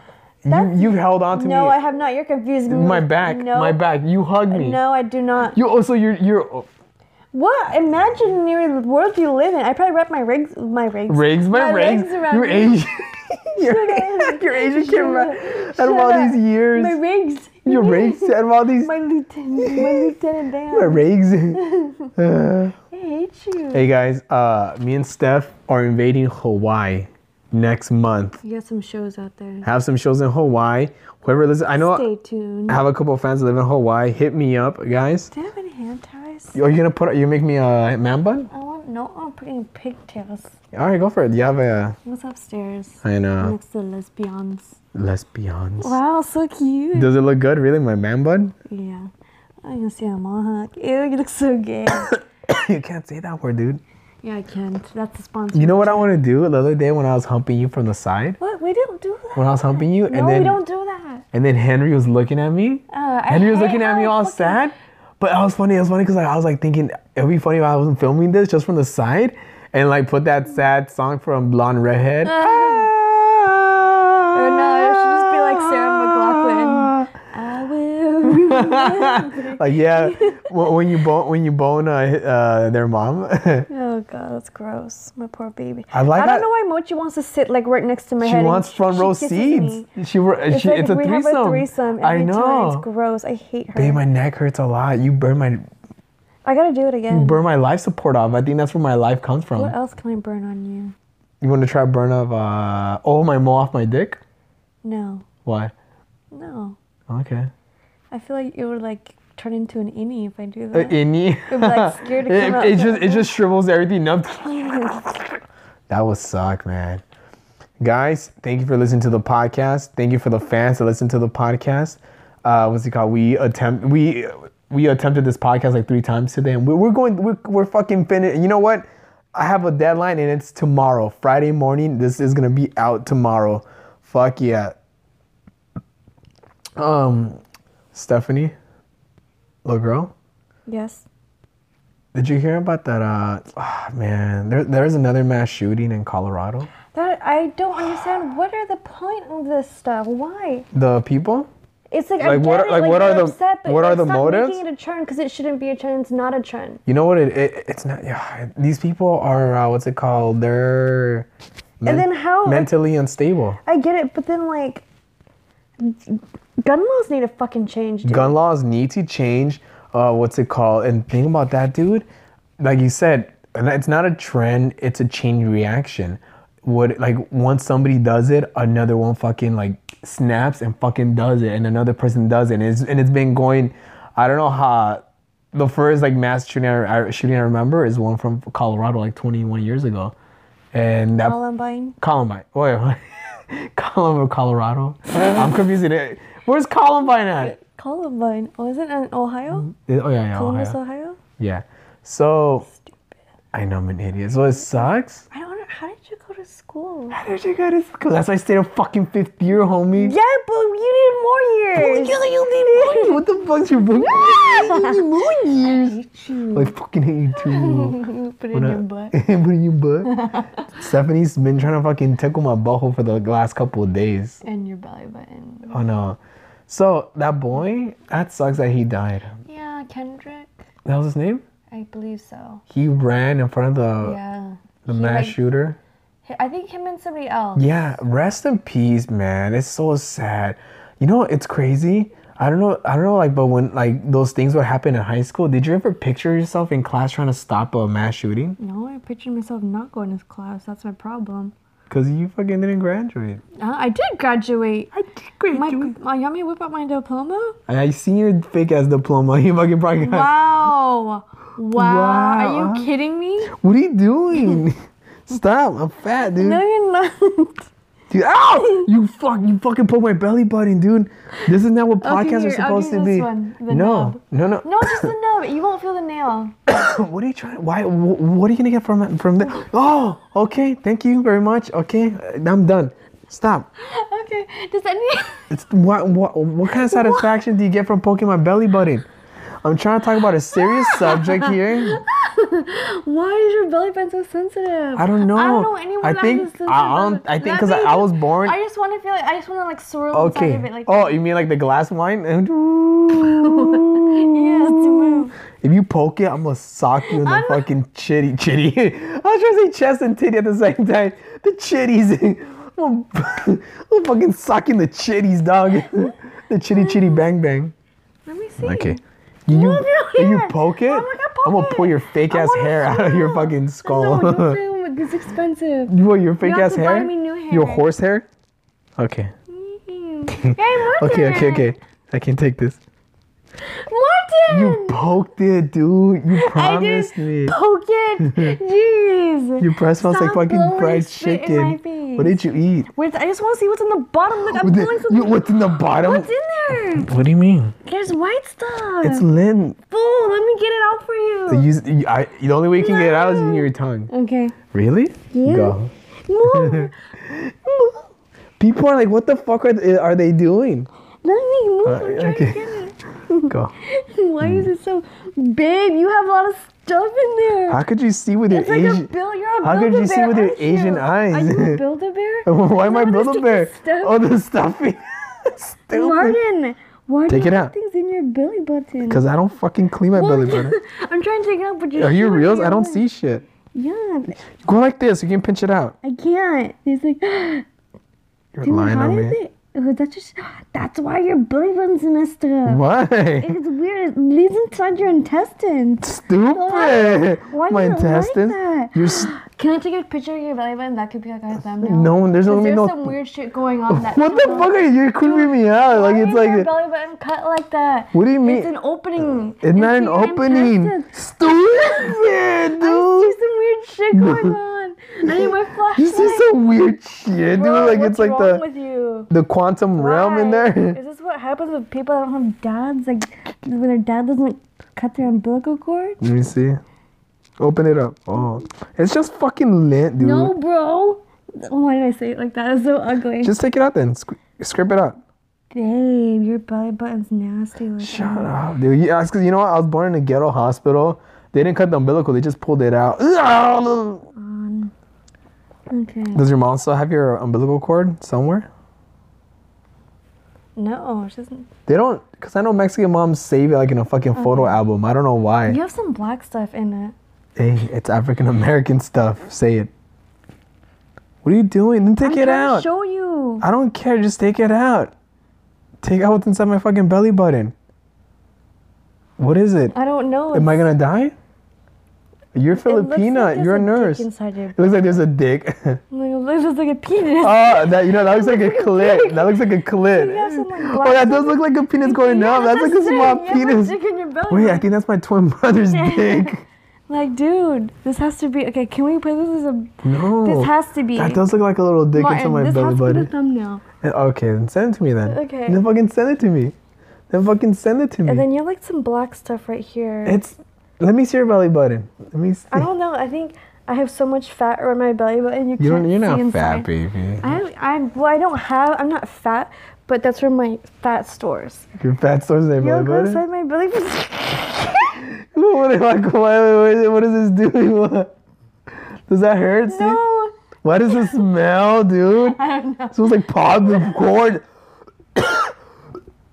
Speaker 3: That's-
Speaker 2: you you held on to
Speaker 3: No,
Speaker 2: me.
Speaker 3: I have not. You're confusing me.
Speaker 2: my
Speaker 3: with-
Speaker 2: back,
Speaker 3: No,
Speaker 2: my back. You hugged me.
Speaker 3: No, I do not.
Speaker 2: You also you're you're oh,
Speaker 3: What imaginary world you live in? I probably wrap my rigs, my rigs,
Speaker 2: rigs my, rigs.
Speaker 3: rigs around
Speaker 2: You're
Speaker 3: me.
Speaker 2: Asian.
Speaker 3: *laughs* Shut
Speaker 2: you're,
Speaker 3: up.
Speaker 2: you're Asian
Speaker 3: Shut
Speaker 2: came
Speaker 3: up.
Speaker 2: around *laughs* out of all
Speaker 3: Shut up.
Speaker 2: these years.
Speaker 3: My rigs. *laughs*
Speaker 2: Your rigs out of all these
Speaker 3: My lieutenant.
Speaker 2: *laughs*
Speaker 3: My lieutenant. Damn.
Speaker 2: my rigs.
Speaker 3: *laughs* I hate you.
Speaker 2: Hey guys, uh, me and Steph are invading Hawaii next month.
Speaker 3: You got some shows out there.
Speaker 2: Have some shows in Hawaii. Whoever listens, I know
Speaker 3: Stay tuned.
Speaker 2: I have a couple of fans that live in Hawaii. Hit me up, guys.
Speaker 3: Do you have any hand ties?
Speaker 2: Are you gonna put? You make me a man bun?
Speaker 3: I want no. I'm putting pigtails.
Speaker 2: All right, go for it. You have a
Speaker 3: What's upstairs?
Speaker 2: I know
Speaker 3: Next to lesbians.
Speaker 2: lesbians.
Speaker 3: Wow, so cute.
Speaker 2: Does it look good? Really, my man bun? *coughs*
Speaker 3: yeah. I can see a mohawk. Ew, you look so
Speaker 2: *coughs*
Speaker 3: gay.
Speaker 2: you can't say that word, dude.
Speaker 3: yeah, I can't. That's the sponsor.
Speaker 2: You know what I want to do? The other day when I was humping you from the side,
Speaker 3: What? We didn't do that.
Speaker 2: when I was humping you, and
Speaker 3: no,
Speaker 2: then
Speaker 3: we don't
Speaker 2: *laughs*
Speaker 3: do that.
Speaker 2: and then Henry was looking at me.
Speaker 3: Uh, I
Speaker 2: Henry was
Speaker 3: hate
Speaker 2: looking at
Speaker 3: how
Speaker 2: me
Speaker 3: I
Speaker 2: all
Speaker 3: fucking-
Speaker 2: sad, but it was funny. It was funny because like, I was like thinking it'd be funny if I wasn't filming this just from the side and like put that sad song from Blonde
Speaker 3: *laughs*
Speaker 2: Redhead.
Speaker 3: Uh, no, it should just be like Sarah McLachlan. I will.
Speaker 2: *laughs* like yeah, wh- when you bone when you bone uh, uh, their mom. *laughs*
Speaker 3: oh god, that's gross. My poor baby.
Speaker 2: I like
Speaker 3: I
Speaker 2: that-
Speaker 3: don't know why Mochi wants to sit like right next to my
Speaker 2: she
Speaker 3: head. and
Speaker 2: wants front
Speaker 3: she
Speaker 2: row
Speaker 3: kisses
Speaker 2: seats.
Speaker 3: me.
Speaker 2: She, were-
Speaker 3: It's
Speaker 2: she
Speaker 3: like
Speaker 2: it's a
Speaker 3: we
Speaker 2: threesome.
Speaker 3: have a threesome. Every
Speaker 2: I know.
Speaker 3: Time. It's gross. I hate her.
Speaker 2: Babe, my neck hurts a lot. You burn my
Speaker 3: I gotta do it again.
Speaker 2: burn my life support off. I think that's where my life comes from.
Speaker 3: What else can I burn on you?
Speaker 2: You want to try burn off? Uh, oh, my mole off my dick.
Speaker 3: No,
Speaker 2: Why?
Speaker 3: no.
Speaker 2: Okay.
Speaker 3: I feel like it would like turn into an innie if I do
Speaker 2: Uh,
Speaker 3: that.
Speaker 2: innie.
Speaker 3: You'll be, like, scared to
Speaker 2: *laughs* it,
Speaker 3: come out.
Speaker 2: it just it just shrivels everything up. that would suck, man. Guys, thank you for listening to the podcast. Thank you for the fans that listen to the podcast. Uh, what's it called? We attempt we we attempted this podcast like three times today, and we, we're going we're, we're fucking finished. You know what? I have a deadline, and it's tomorrow, Friday morning. This is gonna be out tomorrow. Fuck yeah. Um, Stephanie, little girl.
Speaker 3: *laughs* yes.
Speaker 2: Did you hear about that? Uh, ah, man, there, there's another mass shooting in Colorado.
Speaker 3: That I don't understand. What are the point of this stuff? Why?
Speaker 2: The people?
Speaker 3: It's like, I
Speaker 2: Like,
Speaker 3: get
Speaker 2: what are-
Speaker 3: it,
Speaker 2: like, what
Speaker 3: you're
Speaker 2: are the-
Speaker 3: upset, but
Speaker 2: what are
Speaker 3: like,
Speaker 2: the
Speaker 3: stop
Speaker 2: motives?
Speaker 3: Making it a trend because it shouldn't be a trend. It's not a trend.
Speaker 2: You know what? It, it it's not. Yeah, these people are uh, what's it called? They're men-
Speaker 3: then how, like-
Speaker 2: mentally unstable.
Speaker 3: I get it, but then like, gun laws need to fucking change. Dude.
Speaker 2: Gun laws need to change. Uh, what's it called? And think about that, dude. Like you said, and it's not a trend. It's a chain reaction. What like once somebody does it, another one fucking like snaps and fucking does it, and another person does it, and it's and it's been going. I don't know how. The first like mass shooting I, I- shooting I remember is one from Colorado like 21 years ago, and
Speaker 3: Oh.
Speaker 2: that
Speaker 3: Columbine.
Speaker 2: Columbine. Wait, *laughs* what? Columbine, Colorado. I'm confusing it. Where's Columbine at?
Speaker 3: Columbine. Oh, is it in Ohio?
Speaker 2: Yeah, Oh yeah, yeah,
Speaker 3: Columbus,
Speaker 2: Ohio.
Speaker 3: Ohio.
Speaker 2: yeah. So
Speaker 3: Stupid.
Speaker 2: I know I'm an idiot. So it sucks.
Speaker 3: I don't know. How did you go to school?
Speaker 2: How did you go to school? That's why I stayed a fucking fifth year, homie.
Speaker 3: Yeah, but you need more years.
Speaker 2: *laughs* What the fuck's your book?
Speaker 3: *laughs*
Speaker 2: More years. I fucking hate you too.
Speaker 3: *laughs* Put it in your
Speaker 2: *laughs*
Speaker 3: butt.
Speaker 2: Put it in your butt.
Speaker 3: *laughs*
Speaker 2: Stephanie's been trying to fucking tickle my butthole for the last couple of days.
Speaker 3: And your belly button.
Speaker 2: Oh no. So that boy, that sucks that he died.
Speaker 3: Yeah, Kendrick.
Speaker 2: That was his name?
Speaker 3: I believe so.
Speaker 2: He ran in front of the,
Speaker 3: Yeah.
Speaker 2: Uh, the mass
Speaker 3: like-
Speaker 2: shooter.
Speaker 3: I think him and somebody else.
Speaker 2: Yeah, rest in peace, man. It's so sad. You know, it's crazy. I don't know. I don't know. Like, but when like those things would happen in high school, did you ever picture yourself in class trying to stop a mass shooting?
Speaker 3: No, I pictured myself not going to class. That's my problem.
Speaker 2: Cause you fucking didn't graduate.
Speaker 3: Uh, I did graduate.
Speaker 2: I did
Speaker 3: My, my, you want me to whip out
Speaker 2: *laughs*
Speaker 3: my diploma?
Speaker 2: I, I seen your fake ass diploma. *laughs* You fucking probably. Got,
Speaker 3: Wow. Wow. Are
Speaker 2: Wow.
Speaker 3: you kidding
Speaker 2: *laughs*
Speaker 3: me?
Speaker 2: what are you doing? *laughs* Stop! I'm fat, dude.
Speaker 3: No, you're not.
Speaker 2: Dude, ow! You fuck! You fucking pulled my belly button, dude. This is not what
Speaker 3: I'll
Speaker 2: podcasts
Speaker 3: give you-
Speaker 2: are
Speaker 3: I'll
Speaker 2: supposed
Speaker 3: give you
Speaker 2: to be.
Speaker 3: this one, the
Speaker 2: no,
Speaker 3: knob.
Speaker 2: no, *laughs* no,
Speaker 3: No, just the nub. You won't feel the nail.
Speaker 2: *coughs* What are you trying? Why? wh- What are you gonna get from from that? Oh, okay. Thank you very much. Okay, uh, I'm done. Stop.
Speaker 3: Okay. Does any.
Speaker 2: It's what what what kind of satisfaction do you get from poking my belly button? I'm trying to talk about a serious subject here.
Speaker 3: *laughs* Why is your belly button so sensitive?
Speaker 2: I don't know.
Speaker 3: I don't know anyone
Speaker 2: I
Speaker 3: that
Speaker 2: think-
Speaker 3: is sensitive.
Speaker 2: I don't- I think
Speaker 3: That
Speaker 2: 'cause I-
Speaker 3: makes
Speaker 2: I
Speaker 3: it-
Speaker 2: was born-
Speaker 3: I just want to feel like I just want to like swirl
Speaker 2: Okay.
Speaker 3: inside of it. Like
Speaker 2: oh, you mean like the glass wine? *laughs* yes,
Speaker 3: yes, to move.
Speaker 2: If you poke it, I'm gonna sock you in the
Speaker 3: I'm-
Speaker 2: fucking chitty chitty. *laughs* I was trying to say chest and titty at the same time. The chitties. *laughs* I'm, gonna- I'm fucking socking the chitties, dog. *laughs* the chitty chitty bang bang.
Speaker 3: Let me see.
Speaker 2: Okay. You,
Speaker 3: Move your
Speaker 2: if you
Speaker 3: hair.
Speaker 2: poke it,
Speaker 3: Why would I poke
Speaker 2: I'm gonna pull
Speaker 3: it?
Speaker 2: your fake
Speaker 3: I
Speaker 2: ass
Speaker 3: wanna
Speaker 2: hair out of your
Speaker 3: feel.
Speaker 2: fucking skull. *laughs*
Speaker 3: No, don't film. It's expensive.
Speaker 2: you want your fake
Speaker 3: have
Speaker 2: ass
Speaker 3: to buy
Speaker 2: hair?
Speaker 3: me new
Speaker 2: Your
Speaker 3: hair.
Speaker 2: horse hair? Okay.
Speaker 3: hey, Martin.
Speaker 2: *laughs* Okay, okay, okay. I can take this.
Speaker 3: Martin.
Speaker 2: You poked it, dude. You
Speaker 3: Hmm. I
Speaker 2: promised me.
Speaker 3: did poke it.
Speaker 2: *laughs*
Speaker 3: Jeez.
Speaker 2: Your breath smells
Speaker 3: Stop
Speaker 2: like fucking
Speaker 3: blowing
Speaker 2: fried
Speaker 3: spit in
Speaker 2: chicken.
Speaker 3: my
Speaker 2: What
Speaker 3: face.
Speaker 2: did you eat?
Speaker 3: Wait, I just want to see what's in the bottom. Look, I'm
Speaker 2: What the-
Speaker 3: pulling
Speaker 2: you-
Speaker 3: something.
Speaker 2: what's in the bottom?
Speaker 3: What's in there?
Speaker 2: what do you mean?
Speaker 3: There's white stuff.
Speaker 2: It's lint.
Speaker 3: Fool, let me get it out for
Speaker 2: You,
Speaker 3: you.
Speaker 2: use- you- I- the only way you can get it out is using your tongue. *laughs*
Speaker 3: Okay.
Speaker 2: Really?
Speaker 3: Yeah.
Speaker 2: Go.
Speaker 3: Move.
Speaker 2: *laughs* People are like, what the fuck are they, are they doing?
Speaker 3: let me move. I'm trying
Speaker 2: Uh, okay.
Speaker 3: to get
Speaker 2: Go.
Speaker 3: it. *laughs* Why is it so big? You have a lot of stuff in there.
Speaker 2: How could you see with your
Speaker 3: it's like
Speaker 2: Asian?
Speaker 3: a bill. You're a
Speaker 2: how could you see
Speaker 3: Build-A-Bear,
Speaker 2: with your
Speaker 3: aren't
Speaker 2: Asian
Speaker 3: you?
Speaker 2: eyes?
Speaker 3: Are you a Build-A-Bear?
Speaker 2: *laughs* Why am I
Speaker 3: Is that where they
Speaker 2: build a
Speaker 3: stick
Speaker 2: bear?
Speaker 3: the stuff?
Speaker 2: Oh, the stuffing. *laughs* Stupid.
Speaker 3: Martin, why do
Speaker 2: Take
Speaker 3: you
Speaker 2: it
Speaker 3: have
Speaker 2: out.
Speaker 3: things in your belly button?
Speaker 2: Cause I don't fucking clean my
Speaker 3: Well,
Speaker 2: belly button.
Speaker 3: *laughs* I'm trying to take it out, but you're
Speaker 2: Are
Speaker 3: *laughs*
Speaker 2: you
Speaker 3: showing
Speaker 2: reals?
Speaker 3: your
Speaker 2: I don't see
Speaker 3: belly.
Speaker 2: shit.
Speaker 3: Yeah,
Speaker 2: Go like this. You can pinch it out.
Speaker 3: I can't. It's like, *gasps* dude,
Speaker 2: You're lying
Speaker 3: how
Speaker 2: on
Speaker 3: is
Speaker 2: me.
Speaker 3: it? Oh, that's just. *gasps* That's why your belly button's messed up.
Speaker 2: Why?
Speaker 3: It's weird. It leads inside your intestines.
Speaker 2: *laughs* Stupid.
Speaker 3: Why
Speaker 2: my
Speaker 3: is it like
Speaker 2: intestines.
Speaker 3: that?
Speaker 2: You're st-
Speaker 3: Can I take a picture of your belly button? That could be like our thumbnail.
Speaker 2: no. There's no
Speaker 3: Because
Speaker 2: me
Speaker 3: there's
Speaker 2: no.
Speaker 3: some weird shit going
Speaker 2: *laughs*
Speaker 3: on. That
Speaker 2: What the fuck are you? You're creeping me out. Like
Speaker 3: Why
Speaker 2: it's
Speaker 3: is
Speaker 2: like.
Speaker 3: your belly button cut like that?
Speaker 2: What do you mean?
Speaker 3: It's an opening.
Speaker 2: It's not an
Speaker 3: your
Speaker 2: opening.
Speaker 3: intestines.
Speaker 2: Stupid,
Speaker 3: I
Speaker 2: *laughs* dude.
Speaker 3: see some weird
Speaker 2: *laughs*
Speaker 3: shit going on. I need my flashlight.
Speaker 2: You see some weird shit, dude.
Speaker 3: Bro,
Speaker 2: Like
Speaker 3: what's
Speaker 2: it's like
Speaker 3: wrong
Speaker 2: the
Speaker 3: with you?
Speaker 2: the quantum realm in
Speaker 3: Why?
Speaker 2: there.
Speaker 3: Is this what happens with people that don't have dads? Like when their dad doesn't cut their umbilical cord?
Speaker 2: *laughs* Let me see. Open it up. Oh, it's just fucking lint, dude.
Speaker 3: No, bro. Oh, Why did I say it like that? It's so ugly.
Speaker 2: Just take it out then. Squ- scrape it out.
Speaker 3: Babe, your belly button's nasty. Like
Speaker 2: Shut up, dude. You ask, you know what? I was born in a ghetto hospital. They didn't cut the umbilical. They just pulled it out. *laughs* Does
Speaker 3: that. Okay.
Speaker 2: your mom still have your umbilical cord somewhere?
Speaker 3: No, she doesn't.
Speaker 2: They don't, cause I know Mexican moms save it like in a fucking photo album. I don't know why.
Speaker 3: Mm-hmm. You have some black stuff in it.
Speaker 2: Hey, it's African American stuff. Say it. What are you doing? Then take
Speaker 3: I'm
Speaker 2: it
Speaker 3: trying to
Speaker 2: out.
Speaker 3: Show you.
Speaker 2: I don't care. Just take it out. Take out what's inside my fucking belly button. What is it?
Speaker 3: I don't know.
Speaker 2: Am I
Speaker 3: It's-
Speaker 2: gonna die? You're
Speaker 3: it looks like
Speaker 2: Filipina.
Speaker 3: there's
Speaker 2: You're a
Speaker 3: dick
Speaker 2: nurse. It
Speaker 3: Inside your, *laughs*
Speaker 2: looks like there's a dick. *laughs* oh,
Speaker 3: like, it looks like a penis.
Speaker 2: that you know that looks like a clit.
Speaker 3: *laughs*
Speaker 2: That looks like a
Speaker 3: You have
Speaker 2: clit.
Speaker 3: some, like,
Speaker 2: Oh,
Speaker 3: black
Speaker 2: that does look like a penis going
Speaker 3: Yeah,
Speaker 2: up. That's like a
Speaker 3: it.
Speaker 2: small
Speaker 3: You have
Speaker 2: penis.
Speaker 3: dick in your belly
Speaker 2: Wait, I
Speaker 3: button.
Speaker 2: think that's my twin
Speaker 3: *laughs*
Speaker 2: brother's dick.
Speaker 3: Like, dude, this has to be okay. Can we play this as a?
Speaker 2: No.
Speaker 3: This has to be.
Speaker 2: Oh, That does look like a little dick
Speaker 3: Martin,
Speaker 2: into my
Speaker 3: this
Speaker 2: belly
Speaker 3: has to be
Speaker 2: button. Eh,
Speaker 3: the thumbnail.
Speaker 2: Okay, then send it to me then.
Speaker 3: Okay.
Speaker 2: Then fucking send it to me. Then fucking send it to me.
Speaker 3: And then you have like some black stuff right here.
Speaker 2: it's. Let me see your belly button. Let me see.
Speaker 3: I don't know. I think I have so much fat around my belly button. You,
Speaker 2: You
Speaker 3: can't
Speaker 2: don't. You're
Speaker 3: see
Speaker 2: not
Speaker 3: inside.
Speaker 2: fat, baby.
Speaker 3: I I'm well. I don't have. I'm not fat, but that's where my fat stores.
Speaker 2: Your fat stores in my
Speaker 3: Yo,
Speaker 2: belly
Speaker 3: go
Speaker 2: button.
Speaker 3: inside my belly button.
Speaker 2: *laughs*
Speaker 3: *laughs*
Speaker 2: What am I- why- why- what is this doing? *laughs* What? Does that hurt? see?
Speaker 3: No.
Speaker 2: Why does it smell, dude?
Speaker 3: *laughs* I don't know.
Speaker 2: It smells like
Speaker 3: *laughs*
Speaker 2: popcorn.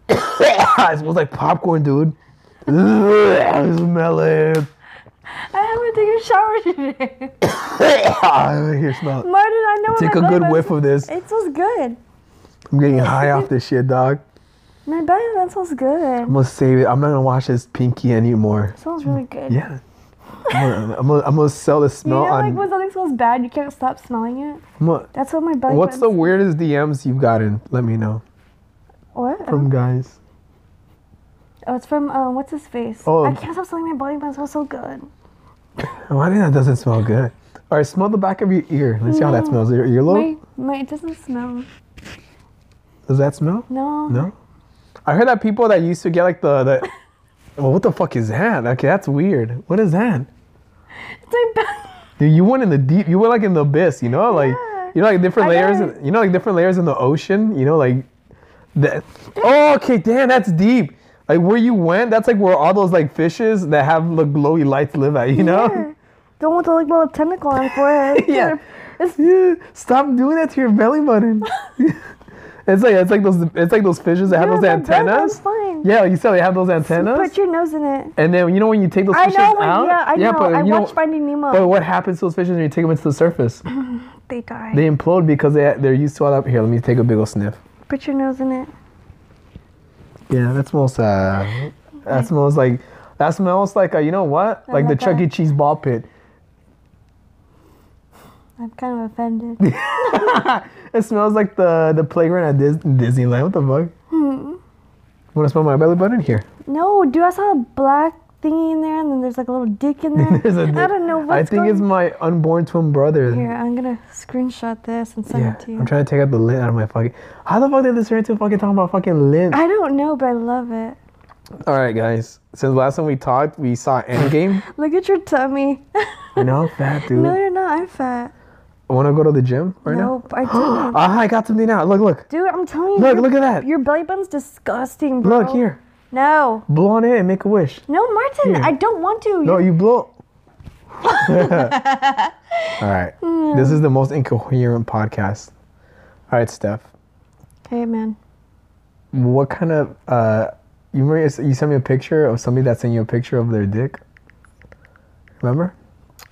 Speaker 2: it smells like popcorn, dude. I smell it.
Speaker 3: I haven't taken a shower today. *laughs*
Speaker 2: Here, smell it.
Speaker 3: Martin, I know. where
Speaker 2: Take
Speaker 3: my
Speaker 2: a
Speaker 3: belly
Speaker 2: good
Speaker 3: button-
Speaker 2: whiff of this.
Speaker 3: It smells good.
Speaker 2: I'm getting high off this shit, dog.
Speaker 3: My belly button smells good.
Speaker 2: I'm gonna save it. I'm not gonna wash this pinky anymore.
Speaker 3: smells really good.
Speaker 2: Yeah. I'm gonna, I'm gonna, I'm gonna sell the
Speaker 3: You know,
Speaker 2: smell
Speaker 3: like
Speaker 2: on.
Speaker 3: when something smells bad, you can't stop smelling it.
Speaker 2: I'm gonna-
Speaker 3: That's what my belly.
Speaker 2: What's the
Speaker 3: button-
Speaker 2: weirdest DMs you've gotten? Let me know
Speaker 3: what?
Speaker 2: from guys.
Speaker 3: oh, it's from um, what's his face?
Speaker 2: Oh.
Speaker 3: I can't stop smelling my belly button. It smells so good.
Speaker 2: Why do you Oh, think that doesn't smell good? All right, smell the back of your ear. Let's see how that smells. Your earlobe?
Speaker 3: My, my, it doesn't smell.
Speaker 2: Does that smell?
Speaker 3: No.
Speaker 2: No. I heard that people that used to get like the
Speaker 3: *laughs*
Speaker 2: the. well, what the fuck is that? Okay, that's weird. What is that?
Speaker 3: It's my belly.
Speaker 2: Dude, you went in the deep. You went like in the abyss. You know, like
Speaker 3: Yeah.
Speaker 2: you know, like different
Speaker 3: I
Speaker 2: layers.
Speaker 3: never-
Speaker 2: in- you know, like different layers in the ocean. You know, like that. Oh, okay, damn, that's deep. Like where you went, that's like where all those like fishes that have the glowy lights live at. You know.
Speaker 3: Yeah. *laughs* Don't want to look little tentacle on forehead.
Speaker 2: *laughs* Yeah.
Speaker 3: It's,
Speaker 2: Yeah, stop doing that to your belly
Speaker 3: *laughs*
Speaker 2: button. *laughs* it's like it's like those it's like those fishes that have
Speaker 3: yeah,
Speaker 2: those
Speaker 3: that does,
Speaker 2: antennas.
Speaker 3: I'm fine.
Speaker 2: Yeah, you said they have those antennas,
Speaker 3: Put your nose in it.
Speaker 2: and then you know when you take those
Speaker 3: I
Speaker 2: fishes
Speaker 3: know. When,
Speaker 2: out.
Speaker 3: yeah, I know.
Speaker 2: but
Speaker 3: I
Speaker 2: you
Speaker 3: watched Finding Nemo.
Speaker 2: But what happens to those fishes when you take them into the
Speaker 3: *clears throat*
Speaker 2: surface?
Speaker 3: they die.
Speaker 2: They implode because they they're used to all that. Here, let me take a big ol' sniff.
Speaker 3: Put your nose in it.
Speaker 2: Yeah, that smells. Uh, that smells like. That smells like uh you know what?
Speaker 3: I
Speaker 2: Like the
Speaker 3: love
Speaker 2: Chuck E. Cheese ball pit.
Speaker 3: I'm kind
Speaker 2: *laughs*
Speaker 3: of offended.
Speaker 2: It smells like the the playground at Dis- Disneyland. What the fuck? Want to smell my belly button here?
Speaker 3: Hmm. no, dude, I saw a black thingy in there, and then there's like a little dick in
Speaker 2: *laughs*
Speaker 3: there.
Speaker 2: There's a
Speaker 3: I
Speaker 2: dick.
Speaker 3: don't know what's
Speaker 2: I think
Speaker 3: going
Speaker 2: it's my unborn twin brother.
Speaker 3: Here, I'm gonna screenshot this and send
Speaker 2: Yeah,
Speaker 3: it to
Speaker 2: I'm
Speaker 3: you.
Speaker 2: trying to take out the lint out of my fucking. How the fuck did this turn into fucking talking about fucking lint?
Speaker 3: I don't know, but I love it.
Speaker 2: All right, guys. Since last time we talked, we saw *laughs* Endgame.
Speaker 3: Look at your tummy.
Speaker 2: I know, I'm fat dude.
Speaker 3: *laughs* no, you're not. I'm fat.
Speaker 2: Want to go to the gym right now? *gasps*
Speaker 3: Nope, I don't.
Speaker 2: Ah, I got something now. Look, look,
Speaker 3: Dude, I'm telling you.
Speaker 2: Look,
Speaker 3: your-
Speaker 2: look at that.
Speaker 3: Your belly button's disgusting, bro.
Speaker 2: look here.
Speaker 3: No.
Speaker 2: Blow on it and make a wish.
Speaker 3: No, Martin,
Speaker 2: Here.
Speaker 3: I don't want to.
Speaker 2: No,
Speaker 3: You're-
Speaker 2: you
Speaker 3: *laughs*
Speaker 2: blow. *laughs* All right.
Speaker 3: Mm.
Speaker 2: This is the most incoherent podcast. All right, Steph.
Speaker 3: Hey, man.
Speaker 2: What kind of uh, you remember you s- you sent me a picture of somebody that sent you a picture of their dick? Remember?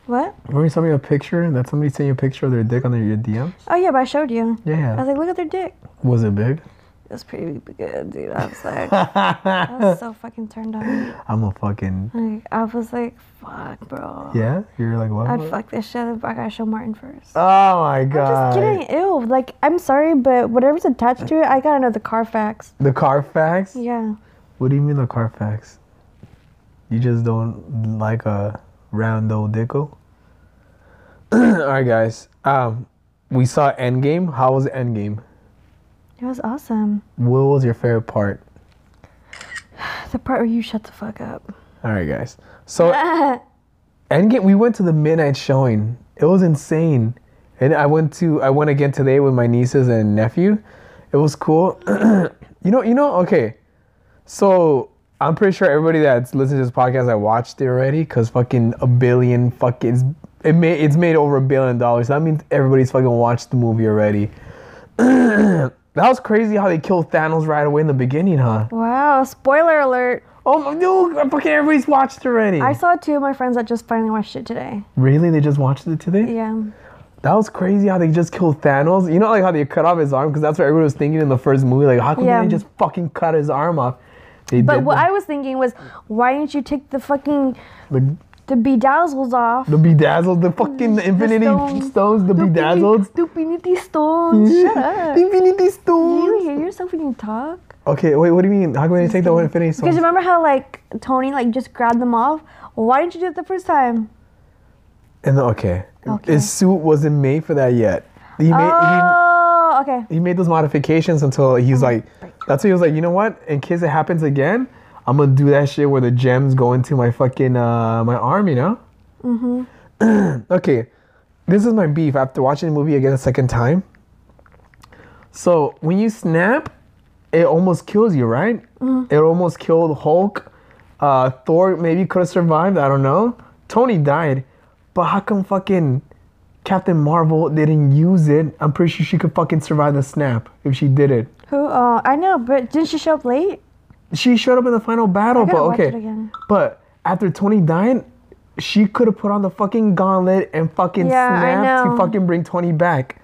Speaker 3: What?
Speaker 2: Remember you sent me a picture that somebody sent you a picture of their dick on their your DM?
Speaker 3: Oh, yeah, but I showed you. I
Speaker 2: Yeah.
Speaker 3: was like, look at their dick.
Speaker 2: Was it
Speaker 3: *laughs*
Speaker 2: big?
Speaker 3: It was pretty good, dude. I was like, I was so fucking turned on.
Speaker 2: I'm a fucking
Speaker 3: Like, I was like, fuck, bro.
Speaker 2: yeah. You're like what?
Speaker 3: I'd fuck this shit. but I gotta show Martin first.
Speaker 2: oh my
Speaker 3: I'm
Speaker 2: god.
Speaker 3: just kidding. Ew. Like, I'm sorry, but whatever's attached to it, I gotta know the Carfax.
Speaker 2: The Carfax?
Speaker 3: Yeah.
Speaker 2: What do you mean the Carfax? You just don't like a round old *clears throat* dickle? Alright guys. Um we saw Endgame. How was Endgame?
Speaker 3: It was awesome.
Speaker 2: What was your favorite part?
Speaker 3: The part where you shut the fuck up. *laughs*
Speaker 2: Alright guys. So Endgame we went to the midnight showing. It was insane. And I went to I went again today with my nieces and nephew. It was cool. *clears throat* you know, you know, okay. So I'm pretty sure everybody that's listening to this podcast I watched it already because fucking a billion fucking it made it's made over a billion dollars. That means everybody's fucking watched the movie already. *clears throat* that was crazy how they killed Thanos right away in the beginning, huh?
Speaker 3: wow. Spoiler alert.
Speaker 2: Oh my dude, fucking everybody's watched it already.
Speaker 3: I saw two of my friends that just finally watched it today.
Speaker 2: really? They just watched it today?
Speaker 3: Yeah.
Speaker 2: That was crazy how they just killed Thanos. You know, like how they cut off his arm because that's what everyone was thinking in the first movie. Like, how come
Speaker 3: Yeah.
Speaker 2: they didn't just fucking cut his arm off? They
Speaker 3: But
Speaker 2: did
Speaker 3: what
Speaker 2: the,
Speaker 3: I was thinking was, why didn't you take the fucking
Speaker 2: the,
Speaker 3: the bedazzles off?
Speaker 2: the bedazzled, the fucking Infinity
Speaker 3: stones.
Speaker 2: Stones, the bedazzled, *laughs*
Speaker 3: Stupidity stones. Shut up.
Speaker 2: the Infinity
Speaker 3: Do you
Speaker 2: Stones.
Speaker 3: hear yourself when you talk?
Speaker 2: Okay, wait, what do you mean? How can they take the one Infinity
Speaker 3: Because
Speaker 2: Stones?
Speaker 3: you remember how like Tony like just grabbed them off. Why didn't you do it the first time?
Speaker 2: And the, okay.
Speaker 3: Okay.
Speaker 2: his suit wasn't made for that yet. He made he-
Speaker 3: oh, okay.
Speaker 2: he, made those modifications until he's like, that's what he was like. You know what? In case it happens again, I'm gonna do that shit where the gems go into my fucking uh, my arm. You know. *clears throat* okay, this is my beef after watching the movie again a second time. So when you snap, it almost kills you, right? It almost killed Hulk. Uh, Thor maybe could have survived. I don't know. Tony died, but how come fucking Captain Marvel didn't use it? I'm pretty sure she could fucking survive the snap if she did it.
Speaker 3: Who? Uh, I know, but didn't she show up late?
Speaker 2: She showed up in the final battle, but
Speaker 3: gotta watch
Speaker 2: okay.
Speaker 3: it again.
Speaker 2: But after Tony died, she could have put on the fucking gauntlet and fucking
Speaker 3: Yeah, I
Speaker 2: snapped to
Speaker 3: know.
Speaker 2: fucking bring Tony back.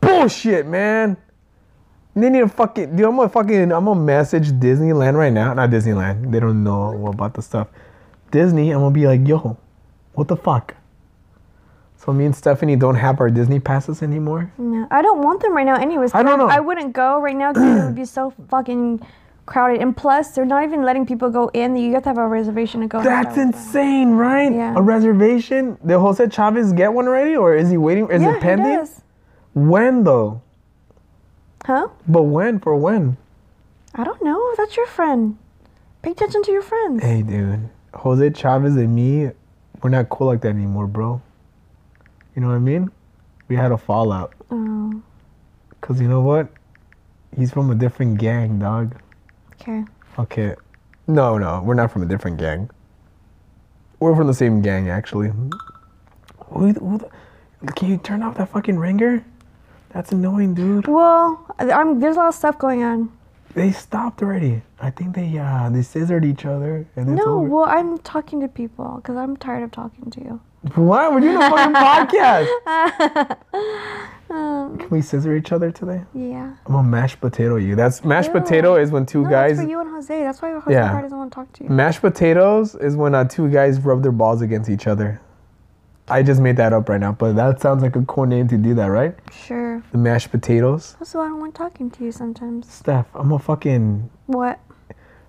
Speaker 2: Bullshit, man. They need to fucking dude. I'm gonna fucking I'm gonna message Disneyland right now. Not Disneyland. They don't know about the stuff. Disney. I'm gonna be like, yo, what the fuck? So me and Stephanie don't have our Disney passes anymore.
Speaker 3: No, I don't want them right now. Anyways,
Speaker 2: I don't know.
Speaker 3: I wouldn't go right now because it would be so fucking crowded. And plus, they're not even letting people go in. You have to have a reservation to go. in.
Speaker 2: That's
Speaker 3: So-
Speaker 2: insane, right?
Speaker 3: Yeah.
Speaker 2: A reservation? Did Jose Chavez get one already, or is he waiting? Is
Speaker 3: Yeah,
Speaker 2: it pending?
Speaker 3: It is.
Speaker 2: When though?
Speaker 3: Huh?
Speaker 2: But when? For when?
Speaker 3: I don't know. That's your friend. Pay attention to your friends.
Speaker 2: Hey, dude. Jose Chavez and me, we're not cool like that anymore, bro. You know what I mean? We had a fallout.
Speaker 3: Oh,
Speaker 2: Cause you know what? He's from a different gang, dog.
Speaker 3: okay.
Speaker 2: Okay, No, no, we're not from a different gang. We're from the same gang, actually. Who, who the, can you turn off that fucking ringer? That's annoying, dude.
Speaker 3: Well, I'm, there's a lot of stuff going on.
Speaker 2: They stopped already. I think they uh they scissored each other and it's
Speaker 3: No,
Speaker 2: over.
Speaker 3: well, I'm talking to people because I'm tired of talking to you.
Speaker 2: What? We're doing a
Speaker 3: *laughs*
Speaker 2: fucking podcast. Can we scissor each other today?
Speaker 3: Um, Yeah.
Speaker 2: I'm gonna mashed potato you. That's mashed
Speaker 3: Ew.
Speaker 2: potato is when two
Speaker 3: No,
Speaker 2: guys
Speaker 3: that's for you and Jose. That's why Jose
Speaker 2: Yeah.
Speaker 3: probably doesn't want to talk to you.
Speaker 2: mashed potatoes is when uh, two guys rub their balls against each other. I just made that up right now, but that sounds like a cool name to do that, right?
Speaker 3: Sure.
Speaker 2: The mashed potatoes.
Speaker 3: That's why I don't want talking to you sometimes.
Speaker 2: Steph, I'm a fucking.
Speaker 3: What?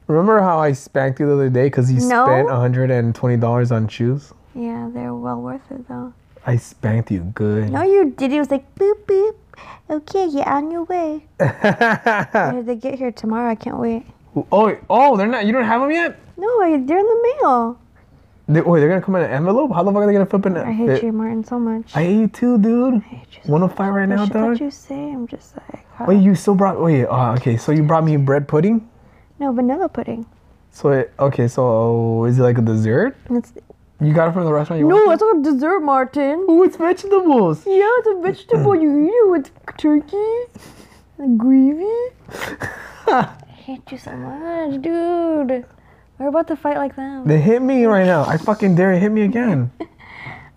Speaker 2: Remember how I spanked you the other day because you
Speaker 3: No.
Speaker 2: spent $120 on shoes?
Speaker 3: Yeah, they're well worth it though.
Speaker 2: I spanked you good.
Speaker 3: No, you did. It was like boop boop. Okay, you're on your way.
Speaker 2: oh,
Speaker 3: When did they get here tomorrow? I can't wait.
Speaker 2: *laughs* oh, they're not. You don't have them yet.
Speaker 3: No, I- they're in the mail.
Speaker 2: They, wait, they're gonna come in an envelope. How the fuck are they gonna flip an?
Speaker 3: I hate
Speaker 2: they-
Speaker 3: you, Martin, so much.
Speaker 2: I hate you too, dude.
Speaker 3: hate you so
Speaker 2: One five right now,
Speaker 3: What should-
Speaker 2: dog.
Speaker 3: what'd you say? I'm just like. huh?
Speaker 2: Wait, you still brought? Wait, uh, okay. So you brought me bread pudding.
Speaker 3: No, vanilla pudding.
Speaker 2: So it, okay, so is it like a dessert?
Speaker 3: And it's,
Speaker 2: You got it from the restaurant. You
Speaker 3: no,
Speaker 2: went
Speaker 3: it's not a dessert, Martin.
Speaker 2: to? Ooh, it's vegetables. *laughs*
Speaker 3: Yeah, it's a vegetable. you eat it with turkey and gravy. I hate you so much, dude. We're about to fight like them.
Speaker 2: They hit me right now. I fucking dare it hit me again.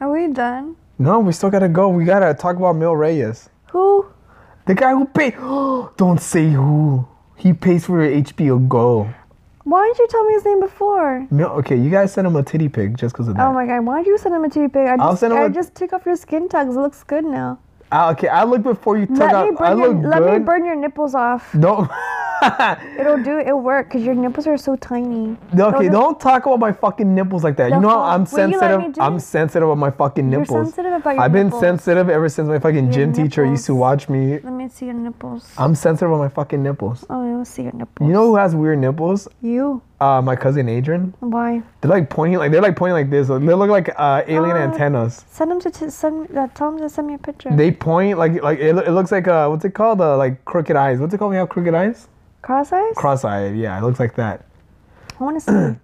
Speaker 3: Are we done?
Speaker 2: No, we still gotta go. We gotta talk about Mil Reyes,
Speaker 3: Who?
Speaker 2: the guy who paid. *gasps* Don't say who. He pays for your HBO Go.
Speaker 3: Why didn't you tell me his name before?
Speaker 2: Mil, okay, you guys sent him a titty pig just because of that.
Speaker 3: Oh my god, why did you send him a titty pic? I just,
Speaker 2: I'll send him
Speaker 3: I
Speaker 2: a-
Speaker 3: just took off your skin tugs. It looks good now.
Speaker 2: Ah, okay, I look before you took
Speaker 3: Let
Speaker 2: out.
Speaker 3: me
Speaker 2: I
Speaker 3: burn your,
Speaker 2: look
Speaker 3: let
Speaker 2: good.
Speaker 3: me burn your nipples off.
Speaker 2: *laughs* Don't.
Speaker 3: It'll do. It'll work because your nipples are so tiny.
Speaker 2: okay,
Speaker 3: Those are-
Speaker 2: don't talk about my fucking nipples like that. You
Speaker 3: The
Speaker 2: know how
Speaker 3: fuck?
Speaker 2: I'm
Speaker 3: Will you let
Speaker 2: sensitive.
Speaker 3: me do
Speaker 2: I'm
Speaker 3: it?
Speaker 2: sensitive about my fucking
Speaker 3: You're
Speaker 2: nipples.
Speaker 3: sensitive about your
Speaker 2: I've been
Speaker 3: nipples.
Speaker 2: sensitive ever since my fucking
Speaker 3: Your
Speaker 2: gym teacher used to
Speaker 3: nipples.
Speaker 2: watch me.
Speaker 3: Let me see your nipples.
Speaker 2: I'm sensitive about my fucking nipples.
Speaker 3: Oh, I don't see your nipples.
Speaker 2: You know who has weird nipples?
Speaker 3: You.
Speaker 2: Uh, my cousin Adrian.
Speaker 3: Why?
Speaker 2: They're like pointing, like they're like pointing like this. Like, They look like uh, alien
Speaker 3: Ah.
Speaker 2: antennas.
Speaker 3: Send him to t- send. Uh, tell him to send me a picture.
Speaker 2: They point like like it, lo- it looks like uh what's it called? Uh, like crooked eyes. What's it called? when you have crooked eyes?
Speaker 3: Cross eyes.
Speaker 2: Cross-eyed. Yeah, it looks like that.
Speaker 3: I want
Speaker 2: *clears throat*
Speaker 3: to see. them.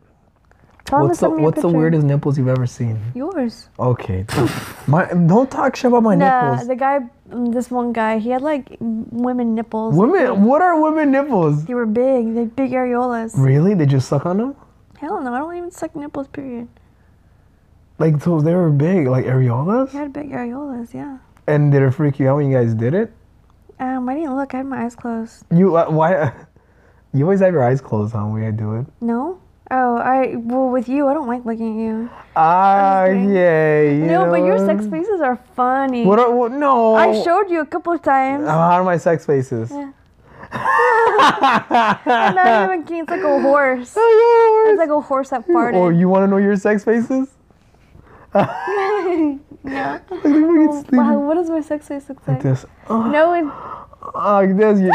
Speaker 3: tell him to
Speaker 2: What's the,
Speaker 3: send me a
Speaker 2: what's
Speaker 3: picture.
Speaker 2: the weirdest nipples you've ever seen?
Speaker 3: Yours.
Speaker 2: Okay. *laughs* my don't talk shit about my
Speaker 3: Nah,
Speaker 2: nipples.
Speaker 3: the guy, mm, this one guy, he had like m- women nipples.
Speaker 2: Women, what are women nipples?
Speaker 3: They were big. They had big areolas.
Speaker 2: Really? They just suck on them?
Speaker 3: Hell no, I don't even suck nipples. Period.
Speaker 2: Like so they were big, like areolas,
Speaker 3: He had big areolas. Yeah.
Speaker 2: and did it freak you out when you guys did it?
Speaker 3: Um, I didn't look. I had my eyes closed.
Speaker 2: You uh, why? *laughs* You always have your eyes closed on when I do it.
Speaker 3: No. Oh, I well with you, I don't like looking at you.
Speaker 2: Ah,
Speaker 3: kidding.
Speaker 2: yay. you
Speaker 3: no, but your
Speaker 2: know?
Speaker 3: sex faces are funny.
Speaker 2: What? Are, what no.
Speaker 3: I showed you a couple of times.
Speaker 2: Uh,
Speaker 3: *laughs*
Speaker 2: How are my sex faces? *laughs*
Speaker 3: Yeah. I'm not even kidding. It's like
Speaker 2: *laughs*
Speaker 3: a horse.
Speaker 2: Oh, yeah,
Speaker 3: It's
Speaker 2: where's-
Speaker 3: like a horse that farted.
Speaker 2: Oh, you want to know your sex faces? *laughs*
Speaker 3: *laughs* no.
Speaker 2: Like, they fucking sleepy.
Speaker 3: Wow, what does my sex face look like?
Speaker 2: Like this. Oh,
Speaker 3: No, it's
Speaker 2: like this.
Speaker 3: *laughs*
Speaker 2: You,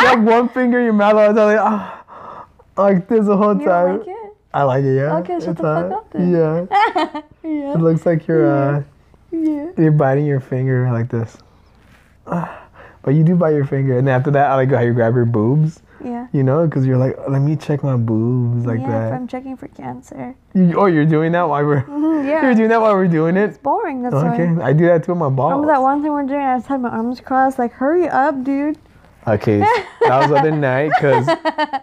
Speaker 2: you have one finger in your mouth all the time. Like, ah, like this the whole
Speaker 3: you
Speaker 2: time.
Speaker 3: don't like it.
Speaker 2: I like it, yeah.
Speaker 3: Okay, shut
Speaker 2: It's
Speaker 3: the fuck
Speaker 2: hot.
Speaker 3: up then.
Speaker 2: Yeah.
Speaker 3: Yeah.
Speaker 2: It looks like you're
Speaker 3: *laughs*
Speaker 2: uh,
Speaker 3: Yeah.
Speaker 2: you're biting your finger like this. *sighs* Ah, But you do bite your finger, and after that, I like how you grab your boobs,
Speaker 3: Yeah.
Speaker 2: you know, because you're like, let me check my boobs like
Speaker 3: yeah, if
Speaker 2: that.
Speaker 3: I'm checking for cancer.
Speaker 2: You, oh, you're doing that while we're
Speaker 3: Mhm,
Speaker 2: you're
Speaker 3: yeah.
Speaker 2: doing that while we're doing it.
Speaker 3: Boring. That's
Speaker 2: Okay,
Speaker 3: why.
Speaker 2: I do that too with my
Speaker 3: Remember
Speaker 2: balls.
Speaker 3: that one thing we're doing? I just had my arms crossed. Like, hurry up, dude.
Speaker 2: Okay,
Speaker 3: *laughs*
Speaker 2: that was the other night because
Speaker 3: I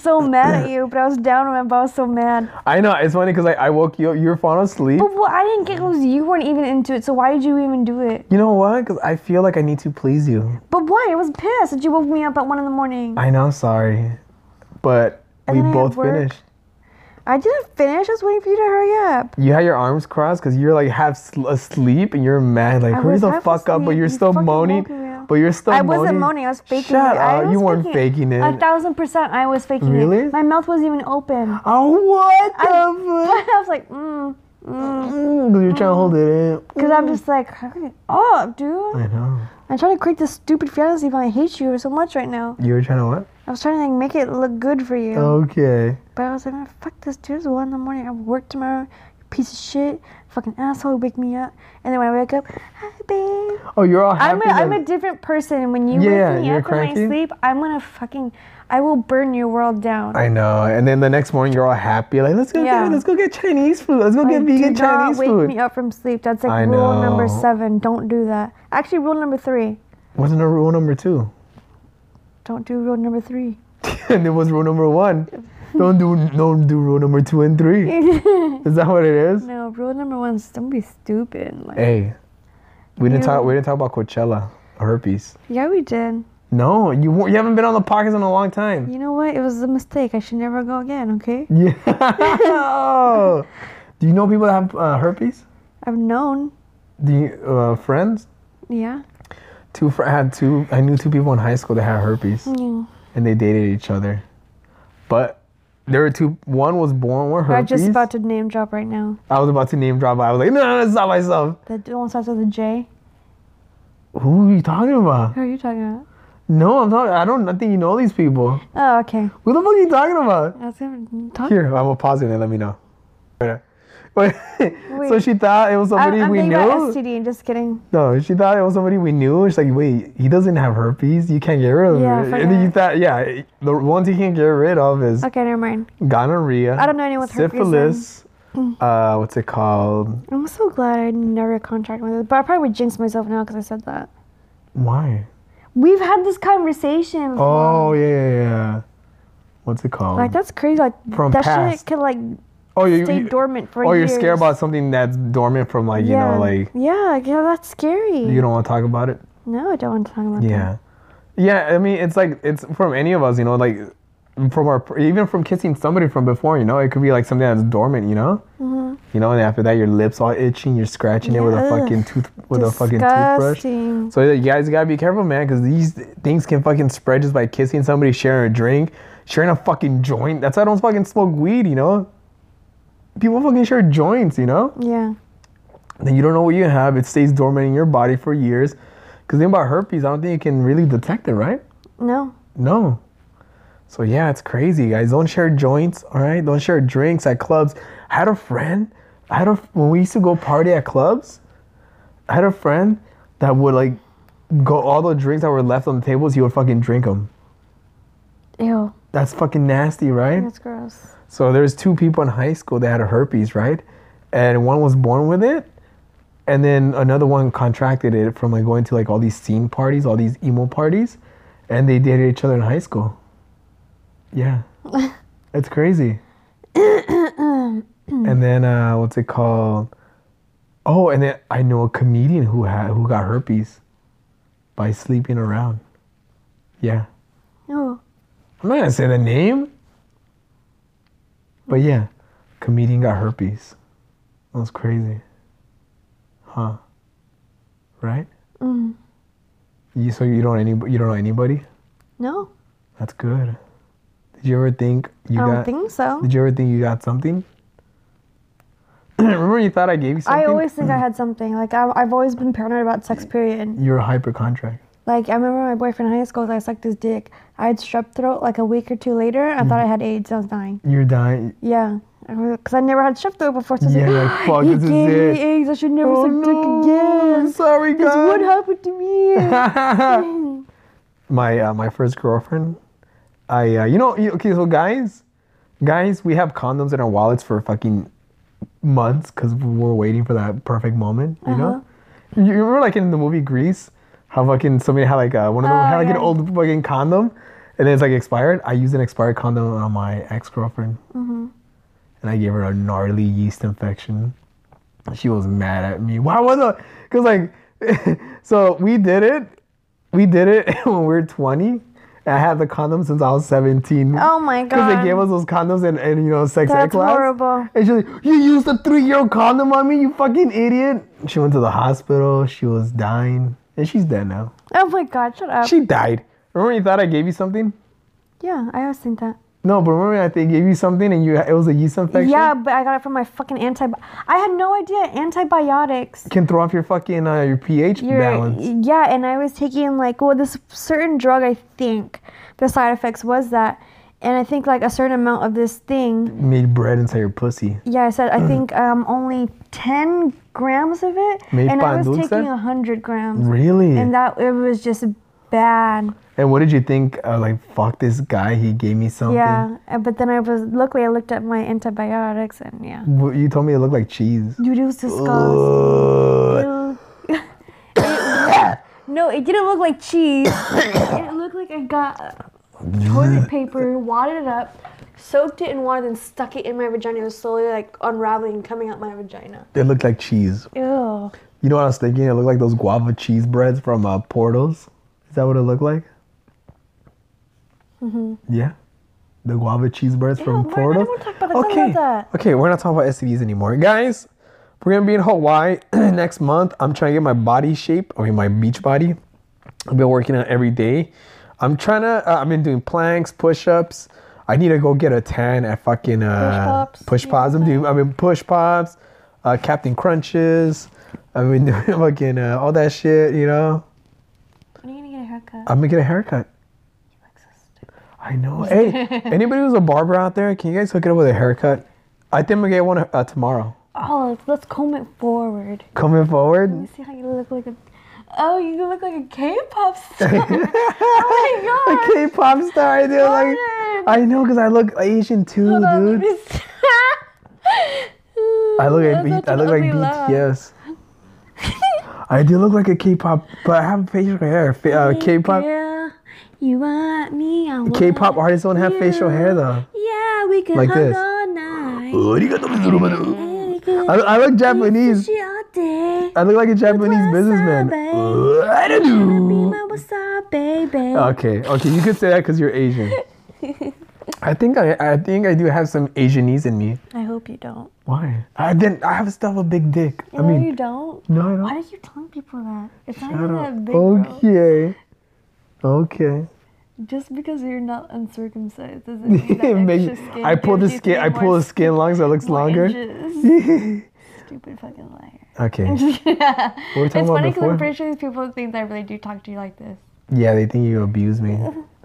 Speaker 2: *laughs*
Speaker 3: so mad at you, but I was down on him, but I was so mad.
Speaker 2: I know it's funny because like, I woke you up, you were falling asleep.
Speaker 3: But what I didn't get was you weren't even into it, so why did you even do it?
Speaker 2: You know what? Because I feel like I need to please you.
Speaker 3: But why? I was pissed that you woke me up at one in the morning.
Speaker 2: I know, sorry, but
Speaker 3: And
Speaker 2: we
Speaker 3: then I had
Speaker 2: both
Speaker 3: work.
Speaker 2: finished.
Speaker 3: I didn't finish. I was waiting for you to hurry up.
Speaker 2: You had your arms crossed because you're like half sl- asleep and you're mad. Like,
Speaker 3: I
Speaker 2: hurry
Speaker 3: was
Speaker 2: the
Speaker 3: half
Speaker 2: fuck up, but
Speaker 3: asleep.
Speaker 2: you're
Speaker 3: You
Speaker 2: still
Speaker 3: fucking
Speaker 2: moaning.
Speaker 3: woke me up.
Speaker 2: But you're still
Speaker 3: I
Speaker 2: moaning.
Speaker 3: wasn't moaning. I was faking
Speaker 2: Shut
Speaker 3: it. I
Speaker 2: up.
Speaker 3: was
Speaker 2: You weren't faking it.
Speaker 3: A thousand percent, I was faking it.
Speaker 2: Really?
Speaker 3: My mouth wasn't even open. *laughs*
Speaker 2: oh, what the
Speaker 3: I,
Speaker 2: fuck?
Speaker 3: I was like, mm, mm.
Speaker 2: Mm, You're trying to hold it in.
Speaker 3: Because I'm just like, hurry up, dude.
Speaker 2: I know.
Speaker 3: I'm trying to create this stupid fantasy, but I hate you so much right now.
Speaker 2: You were trying to what?
Speaker 3: I was trying to like, make it look good for you.
Speaker 2: Okay.
Speaker 3: But I was like, "Man, fuck this dude. It's one in the morning. I have work tomorrow. You're piece of shit, fucking asshole, wake me up. And then when I wake up, hi, babe.
Speaker 2: Oh, you're all
Speaker 3: I'm
Speaker 2: happy.
Speaker 3: a, I'm a
Speaker 2: that-
Speaker 3: different person. When you
Speaker 2: Yeah,
Speaker 3: wake me
Speaker 2: you're
Speaker 3: up
Speaker 2: cranky.
Speaker 3: in my sleep, I'm gonna fucking, I will burn your world down.
Speaker 2: I know. And then the next morning, you're all happy. Like, let's go
Speaker 3: Yeah.
Speaker 2: get let's go get Chinese food. Let's go
Speaker 3: Like,
Speaker 2: get vegan
Speaker 3: do not
Speaker 2: Chinese
Speaker 3: wake
Speaker 2: food.
Speaker 3: me up from sleep. That's like
Speaker 2: I
Speaker 3: rule number
Speaker 2: know.
Speaker 3: seven. Don't do that. Actually, rule number three.
Speaker 2: Wasn't there rule number two?
Speaker 3: Don't do rule number three.
Speaker 2: *laughs*
Speaker 3: *laughs*
Speaker 2: and it was rule number one. Don't do don't do rule number two and three.
Speaker 3: no,
Speaker 2: Is that what it is?
Speaker 3: rule number one is don't be stupid. Like,
Speaker 2: Hey, we didn't
Speaker 3: You-
Speaker 2: talk. We didn't talk about Coachella herpes.
Speaker 3: yeah, we did.
Speaker 2: No, you won't- you haven't been on the podcast in a long time.
Speaker 3: You know what? It was a mistake. I should never go again. Okay.
Speaker 2: *laughs*
Speaker 3: *laughs*
Speaker 2: Yeah. do you know people that have uh, herpes?
Speaker 3: I've known.
Speaker 2: Do you, uh, friends?
Speaker 3: Yeah.
Speaker 2: Two fr- I had two. I knew two people in high school that had herpes,
Speaker 3: Yeah.
Speaker 2: and they dated each other. But there were two. One was born with
Speaker 3: I'm
Speaker 2: herpes.
Speaker 3: just about to name drop right now.
Speaker 2: I was about to name drop. but I was like, no, no, no, stop myself.
Speaker 3: That one starts with a J.
Speaker 2: Who are you talking about?
Speaker 3: Who are you talking about?
Speaker 2: No, I'm not. I don't. I think you know these people.
Speaker 3: Oh, okay.
Speaker 2: Who the fuck are you talking about?
Speaker 3: I was gonna talk.
Speaker 2: Here, I'm gonna pause it and let me know. *laughs* Wait. so
Speaker 3: Wait.
Speaker 2: she thought it was
Speaker 3: I,
Speaker 2: somebody
Speaker 3: I'm
Speaker 2: we
Speaker 3: thinking about
Speaker 2: knew.
Speaker 3: STD. Just kidding.
Speaker 2: No, she thought it was somebody we knew. She's like, wait, he doesn't have herpes. You can't get rid of
Speaker 3: Yeah, I
Speaker 2: it. And then you
Speaker 3: forgot.
Speaker 2: thought, yeah, the ones you can get rid of is
Speaker 3: Okay, never mind.
Speaker 2: gonorrhea.
Speaker 3: I don't know anyone with herpes, Mm.
Speaker 2: syphilis. Uh, what's it called?
Speaker 3: I'm so glad I never contracted with it, but I probably would jinx myself now because I said that.
Speaker 2: Why?
Speaker 3: We've had this conversation.
Speaker 2: Oh yeah, yeah, yeah. What's it called?
Speaker 3: Like that's crazy. Like
Speaker 2: From
Speaker 3: that
Speaker 2: past.
Speaker 3: shit could like
Speaker 2: oh, you,
Speaker 3: stay
Speaker 2: you-
Speaker 3: dormant for
Speaker 2: oh, you're
Speaker 3: years.
Speaker 2: scared about something that's dormant from like you
Speaker 3: yeah.
Speaker 2: know like
Speaker 3: yeah, yeah, that's scary.
Speaker 2: you don't want to talk about it.
Speaker 3: no, I don't want to talk about that.
Speaker 2: Yeah, yeah. I mean, it's like it's from any of us, you know, like from our even from kissing somebody from before, you know, it could be like something that's dormant, you know. You know, and after that, your lips all itching, you're scratching it with a
Speaker 3: Mm-hmm. Yeah, ugh.
Speaker 2: fucking tooth with a fucking toothbrush.
Speaker 3: Disgusting.
Speaker 2: So you guys gotta be careful, man, because these things can fucking spread just by kissing somebody, sharing a drink, sharing a fucking joint. That's why I don't fucking smoke weed, you know. People fucking share joints, you know
Speaker 3: Yeah.
Speaker 2: then you don't know what you have. It stays dormant in your body for years. Because then about herpes, I don't think you can really detect it, right?
Speaker 3: No.
Speaker 2: No. So yeah, it's crazy, guys. Don't share joints, all right? Don't share drinks at clubs. I had a friend. I had a when we used to go party at clubs. I had a friend that would like go all the drinks that were left on the tables. He would fucking drink them.
Speaker 3: Ew.
Speaker 2: That's fucking nasty, right?
Speaker 3: That's gross.
Speaker 2: So there's two people in high school that had a herpes, right? And one was born with it, and then another one contracted it from like going to like all these scene parties, all these emo parties, and they dated each other in high school. Yeah, it's crazy. and then uh, what's it called? Oh, and then I know a comedian who had who got herpes by sleeping around. Yeah.
Speaker 3: Oh.
Speaker 2: I'm not gonna say the name. But yeah, comedian got herpes. That was crazy. Huh. Right?
Speaker 3: Mm.
Speaker 2: You so you don't any you don't know anybody?
Speaker 3: No.
Speaker 2: That's good. Did you ever think you
Speaker 3: I
Speaker 2: got
Speaker 3: don't think so.
Speaker 2: Did you ever think you got something? *clears throat* Remember you thought I gave you something?
Speaker 3: I always think I had something. Like I, I've always been paranoid about sex. Period.
Speaker 2: you were hypercontract.
Speaker 3: Like I remember my boyfriend in high school, I sucked his dick. I had strep throat like a week or two later. I thought I
Speaker 2: Mm.
Speaker 3: had AIDS. I was dying.
Speaker 2: You're dying.
Speaker 3: Yeah, because I never had strep throat before. So I was
Speaker 2: Yeah,
Speaker 3: like, "Ah,
Speaker 2: you're like, fuck,
Speaker 3: he
Speaker 2: this is
Speaker 3: gave
Speaker 2: it."
Speaker 3: me AIDS. I should never
Speaker 2: Oh
Speaker 3: suck dick
Speaker 2: no,
Speaker 3: again.
Speaker 2: I'm sorry
Speaker 3: This would
Speaker 2: guys.
Speaker 3: happen
Speaker 2: *laughs*
Speaker 3: to me.
Speaker 2: my uh, my first girlfriend. I uh, you know you- okay so guys, guys we have condoms in our wallets for fucking months because we're waiting for that perfect moment. You know,
Speaker 3: Uh-huh.
Speaker 2: you you remember like in the movie Grease, how fucking somebody had like uh, one of them
Speaker 3: Oh,
Speaker 2: had like an
Speaker 3: yeah.
Speaker 2: old fucking condom, and then it's like expired. I used an expired condom on my ex girlfriend,
Speaker 3: Mm-hmm.
Speaker 2: and I gave her a gnarly yeast infection she was mad at me. Why was I? Because like, *laughs* so we did it. We did it *laughs* when we were 20. I had the condom since I was 17.
Speaker 3: Oh my
Speaker 2: Because they
Speaker 3: God.
Speaker 2: gave us those condoms in, in you know, sex ed
Speaker 3: That's
Speaker 2: class.
Speaker 3: horrible.
Speaker 2: And she's like, you used a three-year-old condom on me, you fucking idiot. She went to the hospital. She was dying. And she's dead now.
Speaker 3: oh my god, shut up.
Speaker 2: She died. Remember you thought I gave you something?
Speaker 3: yeah, I always think that.
Speaker 2: No, but remember I think gave you something and you it was a yeast infection?
Speaker 3: Yeah, but I got it from my fucking anti. I had no idea antibiotics.
Speaker 2: Can throw off your fucking uh, your pH
Speaker 3: You're,
Speaker 2: balance.
Speaker 3: yeah, and I was taking like well this certain drug I think the side effects was that and I think like a certain amount of this thing.
Speaker 2: Made bread inside your pussy.
Speaker 3: Yeah, I
Speaker 2: Mm.
Speaker 3: said I think um, only ten grams of it,
Speaker 2: Made
Speaker 3: and I
Speaker 2: pan
Speaker 3: was
Speaker 2: dulce?
Speaker 3: taking hundred grams.
Speaker 2: Really?
Speaker 3: And that it was just bad.
Speaker 2: And what did you think? Uh, like, fuck this guy. He gave me something.
Speaker 3: Yeah, uh, but then I was luckily I looked at my antibiotics and yeah,
Speaker 2: Well, You told me it looked like cheese.
Speaker 3: dude, it was disgusting.
Speaker 2: Ugh.
Speaker 3: Ew. no, it didn't look like cheese. it looked like I got toilet paper, wadded it up, soaked it in water, then stuck it in my vagina. It was slowly like unraveling, coming out my vagina.
Speaker 2: It looked like cheese.
Speaker 3: Ew.
Speaker 2: You know what I was thinking? It looked like those guava cheese breads from uh, Portals. Is that what it looked like? Mm-hmm. Yeah. The guava cheese breads
Speaker 3: Ew,
Speaker 2: from
Speaker 3: we're not-
Speaker 2: Portals.
Speaker 3: I don't wanna talk about that. Tell me about that.
Speaker 2: Okay, we're not talking about STDs anymore. Guys, we're going to be in Hawaii *clears throat* next month. I'm trying to get my body shape, I mean, my beach body. I've been working out every day. I'm trying to, uh, I've been doing planks, push ups. I need to go get a tan at fucking uh,
Speaker 3: Push pops.
Speaker 2: Push pops. I'm doing, I've been push pops, uh, Captain Crunches. I've been *laughs* doing fucking uh, all that shit, you know.
Speaker 3: When are you gonna get a haircut?
Speaker 2: I'm gonna get a haircut. I know. Hey, anybody who's a barber out there, can you guys hook it up with a haircut? I think I'm gonna get one uh, tomorrow.
Speaker 3: Oh, let's, let's comb it forward.
Speaker 2: Coming
Speaker 3: You
Speaker 2: forward.
Speaker 3: see how you look like a. Oh, you look like a K-pop
Speaker 2: *laughs*
Speaker 3: star. oh my
Speaker 2: A
Speaker 3: god.
Speaker 2: K-pop star, dude. Like, I know, cause I look Asian too,
Speaker 3: Hold on, let
Speaker 2: dude.
Speaker 3: me see. Ooh,
Speaker 2: I look like
Speaker 3: *laughs* that's
Speaker 2: B-
Speaker 3: such
Speaker 2: I
Speaker 3: an
Speaker 2: look like
Speaker 3: ugly laugh.
Speaker 2: BTS.
Speaker 3: *laughs*
Speaker 2: I do look like a K-pop, but I have facial hair. Fa- uh, K-pop
Speaker 3: Girl, you want me? I want
Speaker 2: K-pop artists don't have facial hair though.
Speaker 3: you. Yeah, we could
Speaker 2: Like
Speaker 3: hug
Speaker 2: this.
Speaker 3: all night.
Speaker 2: I,
Speaker 3: Yeah, we could
Speaker 2: I look
Speaker 3: eat
Speaker 2: Japanese.
Speaker 3: sushi all day.
Speaker 2: I look like a Japanese
Speaker 3: Wasabi.
Speaker 2: businessman. I don't
Speaker 3: Be
Speaker 2: know.
Speaker 3: my wasabi, babe.
Speaker 2: Okay, okay, you could say that because you're
Speaker 3: *laughs*
Speaker 2: Asian. I think I, I think I do have some Asianese in me.
Speaker 3: I hope you don't.
Speaker 2: Why? I didn't. I have still a big dick. I
Speaker 3: no, you
Speaker 2: mean,
Speaker 3: don't.
Speaker 2: no, I
Speaker 3: Why
Speaker 2: don't.
Speaker 3: are you telling people that? It's not
Speaker 2: Shut
Speaker 3: even
Speaker 2: up. Oh,
Speaker 3: that big, bro.
Speaker 2: Okay, okay.
Speaker 3: Just because you're not
Speaker 2: *laughs*
Speaker 3: uncircumcised doesn't mean *laughs* that
Speaker 2: Make-
Speaker 3: extra skin
Speaker 2: I pull the
Speaker 3: gives you
Speaker 2: skin.
Speaker 3: three
Speaker 2: I
Speaker 3: more
Speaker 2: pull the skin long so it looks
Speaker 3: more
Speaker 2: longer. *laughs*
Speaker 3: inches.
Speaker 2: okay.
Speaker 3: Stupid fucking liar. *laughs*
Speaker 2: we were talking
Speaker 3: it's
Speaker 2: about
Speaker 3: funny because
Speaker 2: before?
Speaker 3: I'm pretty sure these people think that I really do talk to you like this.
Speaker 2: yeah, they think you abuse me.